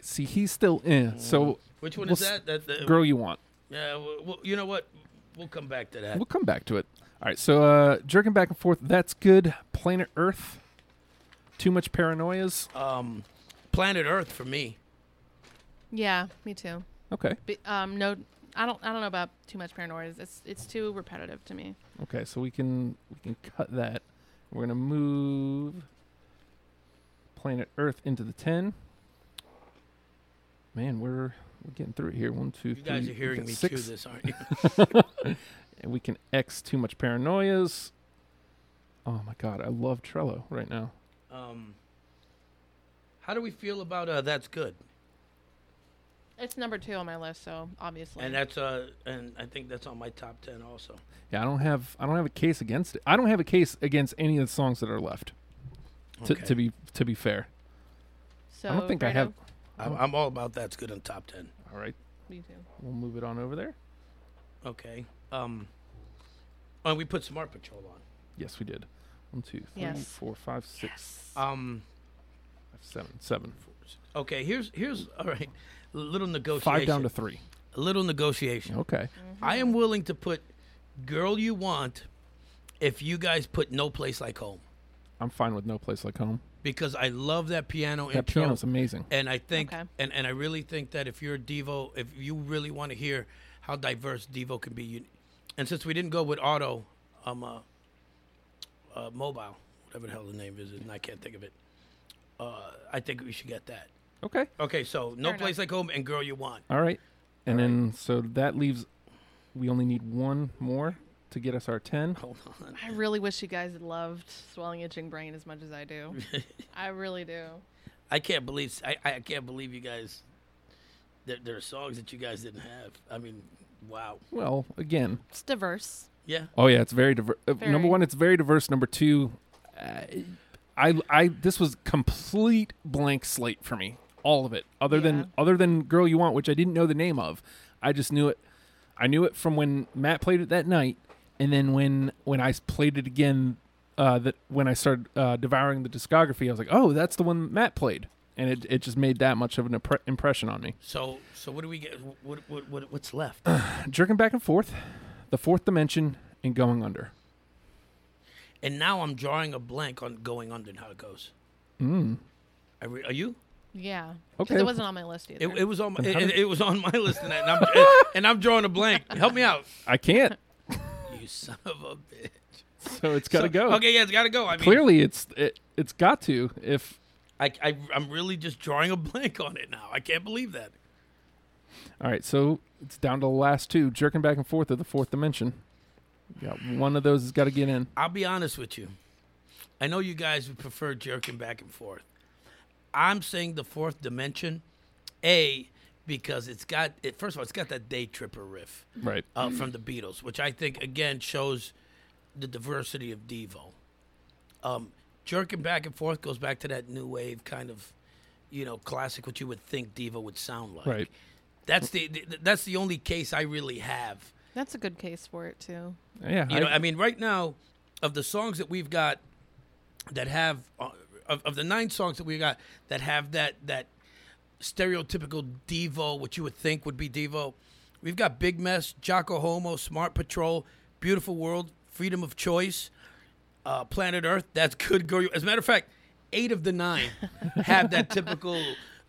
Speaker 1: see, he's still in. So,
Speaker 2: Which one
Speaker 1: We'll
Speaker 2: is
Speaker 1: s-
Speaker 2: that? That. that
Speaker 1: girl, you want?
Speaker 2: Yeah. Well, well, you know what? We'll come back to that.
Speaker 1: We'll come back to it. All right. So, uh, jerking back and forth. That's good. Planet Earth. Too much paranoias.
Speaker 2: Um, Planet Earth for me.
Speaker 3: Yeah, me too.
Speaker 1: Okay.
Speaker 3: Be, um, no, I don't. I don't know about too much paranoia. It's it's too repetitive to me.
Speaker 1: Okay. So we can we can cut that. We're gonna move Planet Earth into the ten. Man, we're we're getting through it here. One, two,
Speaker 2: You guys
Speaker 1: three,
Speaker 2: are
Speaker 1: we
Speaker 2: hearing
Speaker 1: got
Speaker 2: me chew
Speaker 1: six.
Speaker 2: this, aren't you?
Speaker 1: and we can X too much paranoias. Oh my God, I love Trello right now.
Speaker 2: um, how do we feel about uh, that's good?
Speaker 3: It's number two on my list, so obviously.
Speaker 2: And that's uh, and I think that's on my top ten also.
Speaker 1: Yeah, I don't have I don't have a case against it. I don't have a case against any of the songs that are left. To,
Speaker 2: Okay.
Speaker 1: to be to be fair,
Speaker 3: so
Speaker 1: I don't think I
Speaker 3: Fredo,
Speaker 1: have.
Speaker 2: I'm, I'm all about that's good on top ten.
Speaker 1: All right,
Speaker 3: Me too.
Speaker 1: we'll move it on over there.
Speaker 2: Okay. Um, oh, and we put Smart Patrol on.
Speaker 1: Yes, we did. One, two, three,
Speaker 3: Yes.
Speaker 1: four, five, six,
Speaker 2: Um,
Speaker 1: five, seven, seven.
Speaker 2: okay. Here's here's all right. A little negotiation.
Speaker 1: Five down to three.
Speaker 2: a little negotiation.
Speaker 1: Okay.
Speaker 2: I am willing to put "Girl You Want" if you guys put "No Place Like Home"
Speaker 1: I'm fine with no place like home.
Speaker 2: because I love that piano
Speaker 1: That
Speaker 2: intro,
Speaker 1: piano's amazing.
Speaker 2: and I think
Speaker 3: Okay.
Speaker 2: and and I really think that if you're a Devo, if you really want to hear how diverse Devo can be, you, and since we didn't go with auto, um, uh, uh, mobile, whatever the hell the name is, and I can't think of it. Uh, I think we should get that.
Speaker 1: Okay.
Speaker 2: Okay, so no
Speaker 3: Fair
Speaker 2: place like home and girl you want.
Speaker 1: All right. And
Speaker 2: All right.
Speaker 1: then so that leaves. We only need one more to get us our ten.
Speaker 2: Hold on.
Speaker 3: I really wish you guys loved swelling itching brain as much as I do. I really do.
Speaker 2: I can't believe I, I can't believe you guys. There, there are songs that you guys didn't have. I mean, wow.
Speaker 1: Well, again,
Speaker 3: It's diverse.
Speaker 2: Yeah.
Speaker 1: Oh yeah, it's very diverse.
Speaker 3: Very.
Speaker 1: Number one, it's very diverse. Number two, uh, I I this was complete blank slate for me. All of it, other
Speaker 3: Yeah.
Speaker 1: than other than "Girl You Want," which I didn't know the name of. I just knew it. I knew it from when Matt played it that night, and then when when I s- played it again, uh, that when I started uh, devouring the discography, I was like, oh, that's the one Matt played, and it it just made that much of an impre- impression on me.
Speaker 2: So so what do we get? What what, what what's left?
Speaker 1: jerking back and forth, the fourth dimension, and Going Under.
Speaker 2: And now I'm drawing a blank on going under and how it goes.
Speaker 1: Mm.
Speaker 2: I re- are you?
Speaker 3: Yeah. 'Cause
Speaker 1: Okay.
Speaker 3: It wasn't on my list either.
Speaker 2: It, it was on my,
Speaker 1: And how
Speaker 2: it,
Speaker 1: did-
Speaker 2: it was on my list tonight, and I'm, and I'm drawing a blank. Help me out.
Speaker 1: I can't.
Speaker 2: You son of a bitch.
Speaker 1: So it's got to
Speaker 2: So-
Speaker 1: go.
Speaker 2: Okay, yeah, it's gotta go. I mean,
Speaker 1: Clearly, it's it, it's got to. If
Speaker 2: I, I, I'm really just drawing a blank on it now. I can't believe that.
Speaker 1: all right, so it's down to the last two, jerking back and forth of the fourth dimension. Yeah, one of those has got to get in.
Speaker 2: I'll be honest with you. I know you guys would prefer jerking back and forth. I'm saying the fourth dimension, A, because it's got it. First of all, it's got that day tripper riff
Speaker 1: Right.
Speaker 2: uh, from the Beatles, which I think again shows the diversity of Devo. Um, jerking back and forth goes back to that new wave kind of, you know, classic what you would think Devo would sound like.
Speaker 1: Right.
Speaker 2: That's the, the that's the only case I really have
Speaker 3: That's a good case for it too.
Speaker 1: Yeah.
Speaker 2: you
Speaker 1: I-
Speaker 2: know, I mean, right now, of the songs that we've got that have uh, of, of the nine songs that we got that have that that stereotypical Devo, what you would think would be Devo, we've got Big Mess, Jocko Homo, Smart Patrol, Beautiful World, Freedom of Choice, uh, Planet Earth. That's good girl. As a matter of fact, eight of the nine have that typical.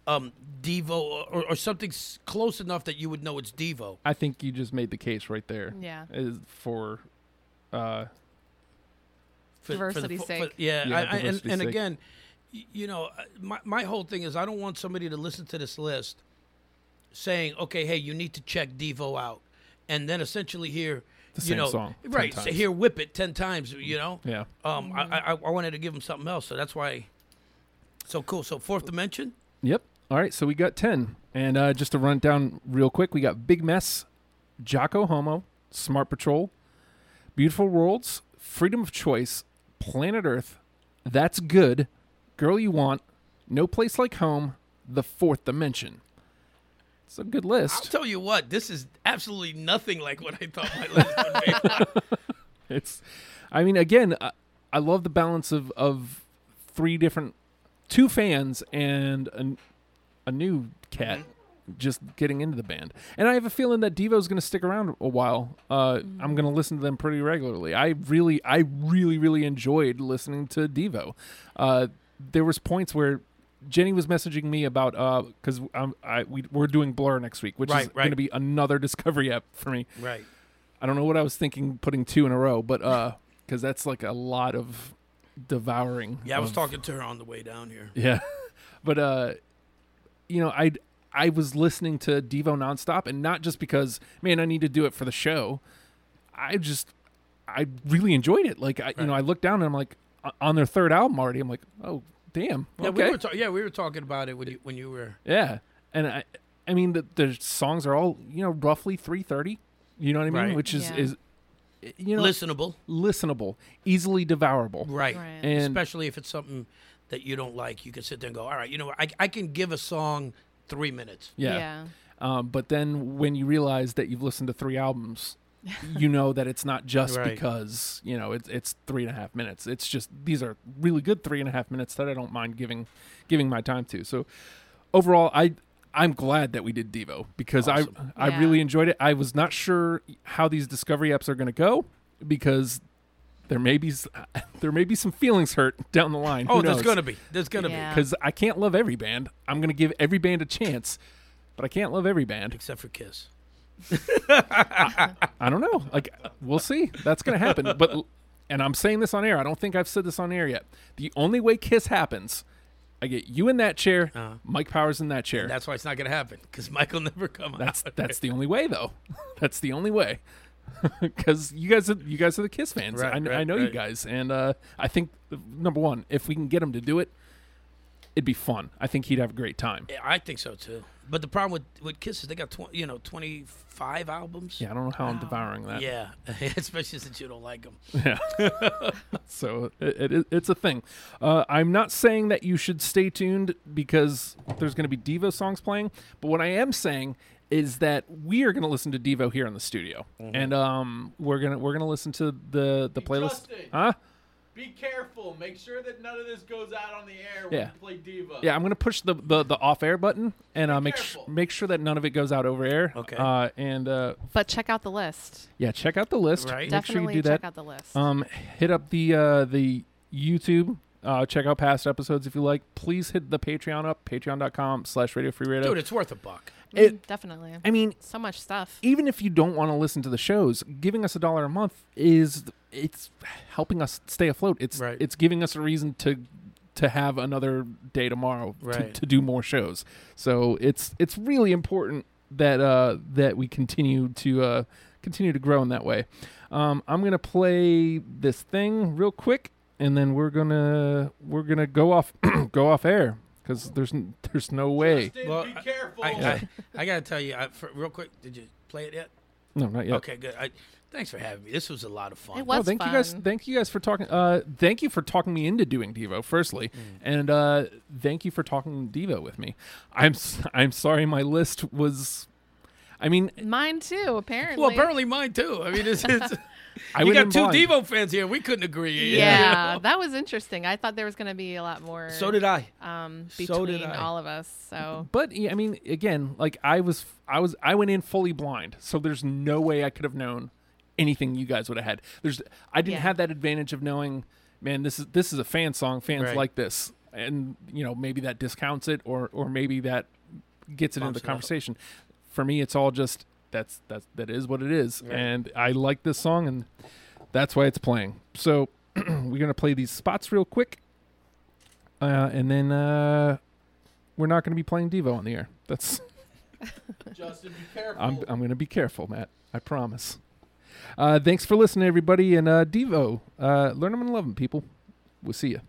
Speaker 2: Um, Devo or, or something s- close enough that you would know it's Devo.
Speaker 1: I think you just made the case right there.
Speaker 3: Yeah.
Speaker 1: Is for uh
Speaker 2: for, for the
Speaker 3: Diversity's
Speaker 2: fo-
Speaker 3: sake.
Speaker 2: yeah,
Speaker 1: Yeah,
Speaker 2: I, I, and,
Speaker 1: diversity's
Speaker 2: and
Speaker 1: sake.
Speaker 2: again, y- you know, I- my, my whole thing is I don't want somebody to listen to this list saying, okay, hey, you need to check Devo out, and then essentially hear,
Speaker 1: The
Speaker 2: you
Speaker 1: same
Speaker 2: know,
Speaker 1: song 10
Speaker 2: right, so
Speaker 1: times.
Speaker 2: hear Whip It ten times, you know.
Speaker 1: yeah.
Speaker 2: Um, I, I I wanted to give them something else, so that's why. So cool. So fourth dimension.
Speaker 1: Yep. All right, so we got 10. And uh just to run it down real quick, we got Big Mess, Jocko Homo, Smart Patrol, Beautiful Worlds, Freedom of Choice, Planet Earth, That's Good, Girl You Want, No Place Like Home, The Fourth Dimension. It's a good
Speaker 2: I'll
Speaker 1: list.
Speaker 2: tell you what, this is absolutely nothing like what I thought my list would be.
Speaker 1: It's, I mean, again, I, I love the balance of of three different, two fans and a, a new cat
Speaker 2: Mm-hmm.
Speaker 1: just getting into the band. And I have a feeling that Devo's going to stick around a while. Uh,
Speaker 2: Mm-hmm.
Speaker 1: I'm going to listen to them pretty regularly. I really, I really, really enjoyed listening to Devo. Uh, there was points where. Jenny was messaging me about because um I, we, we're doing Blur next week, which
Speaker 2: Right,
Speaker 1: is
Speaker 2: right.
Speaker 1: going to be another discovery app for me.
Speaker 2: Right.
Speaker 1: I don't know what I was thinking putting two in a row, but uh, because that's like a lot of devouring.
Speaker 2: Yeah, I was
Speaker 1: of-
Speaker 2: talking to her on the way down here.
Speaker 1: Um, Yeah, but uh, you know, I I was listening to Devo nonstop, and not just because man, I need to do it for the show. I just I really enjoyed it. Like I, you know, I looked down and I'm like o- on their third album already. I'm like, oh damn,
Speaker 2: Yeah,
Speaker 1: okay,
Speaker 2: we were ta- yeah we were talking about it when you when you were
Speaker 1: yeah. And I I mean the the songs are all you know roughly three thirty. You know what I mean?
Speaker 2: Right.
Speaker 1: Which is
Speaker 3: Yeah.
Speaker 1: is you know
Speaker 2: listenable.
Speaker 1: listenable, easily devourable.
Speaker 2: Right.
Speaker 3: Right.
Speaker 1: And
Speaker 2: Especially if it's something that you don't like, you can sit there and go, all right, you know what? I, I can give a song three minutes.
Speaker 1: yeah. Um, but then when you realize that you've listened to three albums, you know that it's not just
Speaker 2: Right.
Speaker 1: because, you know, it's it's three and a half minutes. It's just these are really good three and a half minutes that I don't mind giving giving my time to. So overall I I'm glad that we did Devo because
Speaker 2: Awesome.
Speaker 1: I I
Speaker 3: Yeah.
Speaker 1: really enjoyed it. I was not sure how these discovery apps are going to go because there may be s- there may be some feelings hurt down the line.
Speaker 2: Oh,
Speaker 1: Who
Speaker 2: there's
Speaker 1: knows?
Speaker 2: going to be. There's going to
Speaker 3: Yeah.
Speaker 2: be.
Speaker 1: because I can't love every band. I'm gonna give every band a chance, but I can't love every band.
Speaker 2: Except for Kiss.
Speaker 1: I don't know. Like we'll see. That's gonna happen. But and I'm saying this on air. I don't think I've said this on air yet. The only way Kiss happens, I get you in that chair,
Speaker 2: Uh-huh.
Speaker 1: Mike Powers in that chair.
Speaker 2: That's why it's not going to happen because Michael never come
Speaker 1: that's
Speaker 2: out.
Speaker 1: that's the only way though. That's the only way. Because you guys, are, you guys are the Kiss fans.
Speaker 2: Right,
Speaker 1: I, kn- I
Speaker 2: right,
Speaker 1: know you
Speaker 2: right.
Speaker 1: guys, and uh, I think number one, if we can get him to do it, it'd be fun. I think he'd have a great time.
Speaker 2: Yeah, I think so too. But the problem with, with Kiss is they got, tw- you know, 25 albums.
Speaker 1: Yeah, I don't know how I'm devouring that.
Speaker 2: Yeah. Especially since you don't like them.
Speaker 1: So it, it, it's a thing. Uh, I'm not saying that you should stay tuned because there's going to be Devo songs playing, but what I am saying is that we are going to listen to Devo
Speaker 2: Mm-hmm.
Speaker 1: here in the studio, and um, we're gonna we're gonna listen to the the playlist.
Speaker 2: trusting.
Speaker 1: Huh?
Speaker 4: Be careful. Make sure that none of this goes out on the air when
Speaker 1: Yeah.
Speaker 4: you play Diva.
Speaker 1: Yeah, I'm gonna push the the, the off air button, and uh, make sh-
Speaker 4: careful.
Speaker 1: make sure that none of it goes out over air.
Speaker 2: Okay.
Speaker 1: Uh, and uh,
Speaker 3: But check out the list.
Speaker 1: yeah, check out the list.
Speaker 2: Right.
Speaker 1: Make
Speaker 3: Definitely
Speaker 1: sure you do
Speaker 3: check
Speaker 1: that.
Speaker 3: out the list.
Speaker 1: Um, hit up the uh, the YouTube. Uh, check out past episodes if you like. Please hit the Patreon up, patreon.com/slash Radio Free Radio.
Speaker 2: Dude, it's worth a buck.
Speaker 3: Mm,
Speaker 1: it-
Speaker 3: definitely.
Speaker 1: I mean,
Speaker 3: So much stuff.
Speaker 1: even if you don't want to listen to the shows, giving us a dollar a month is it's helping us stay afloat. It's
Speaker 2: Right.
Speaker 1: it's giving us a reason to to have another day tomorrow to,
Speaker 2: Right.
Speaker 1: to do more shows. So it's it's really important that uh that we continue to uh continue to grow in that way. Um I'm going to play this thing real quick and then we're going to we're going to go off go off air cuz there's n- there's no way.
Speaker 4: Justin,
Speaker 2: Well,
Speaker 4: be
Speaker 2: I-
Speaker 4: careful.
Speaker 2: I, I, I gotta tell you, I, for, real quick. Did you play it yet?
Speaker 1: No, not yet.
Speaker 2: Okay, good. I, thanks for having me. This was a lot of fun.
Speaker 3: It was
Speaker 1: oh, thank you guys.
Speaker 3: fun.
Speaker 1: Thank you guys for talking. Uh, thank you for talking me into doing Devo. Firstly,
Speaker 2: Mm.
Speaker 1: and uh, thank you for talking Devo with me. I'm s- I'm sorry my list was. I mean,
Speaker 3: Mine too, apparently.
Speaker 2: Well, apparently mine too. I mean, it's, it's
Speaker 1: I
Speaker 2: you
Speaker 1: went
Speaker 2: got
Speaker 1: in
Speaker 2: two
Speaker 1: blind.
Speaker 2: Devo fans here. We couldn't agree.
Speaker 3: yeah, that was interesting. I thought there was going to be a lot more
Speaker 2: So did I.
Speaker 3: um, between
Speaker 2: so did I.
Speaker 3: all of us. So
Speaker 1: But yeah, I mean, again, like I was, I was, I went in fully blind, so there's no way I could have known anything you guys would have had. There's, I didn't
Speaker 3: Yeah.
Speaker 1: have that advantage of knowing, man, this is this is a fan song. Fans
Speaker 2: Right.
Speaker 1: like this, and you know maybe that discounts it, or or maybe that gets it into
Speaker 2: Bumps
Speaker 1: the
Speaker 2: it up.
Speaker 1: conversation. For me, it's all just that's that's that is what it is,
Speaker 2: Right.
Speaker 1: and I like this song, and that's why it's playing. So we're gonna play these spots real quick, uh, and then uh, we're not gonna be playing Devo on the air. That's
Speaker 4: Justin, be careful.
Speaker 1: I'm I'm gonna be careful, Matt. I promise. Uh, thanks for listening, everybody, and uh, Devo, uh, learn them and love them, people. We'll see you.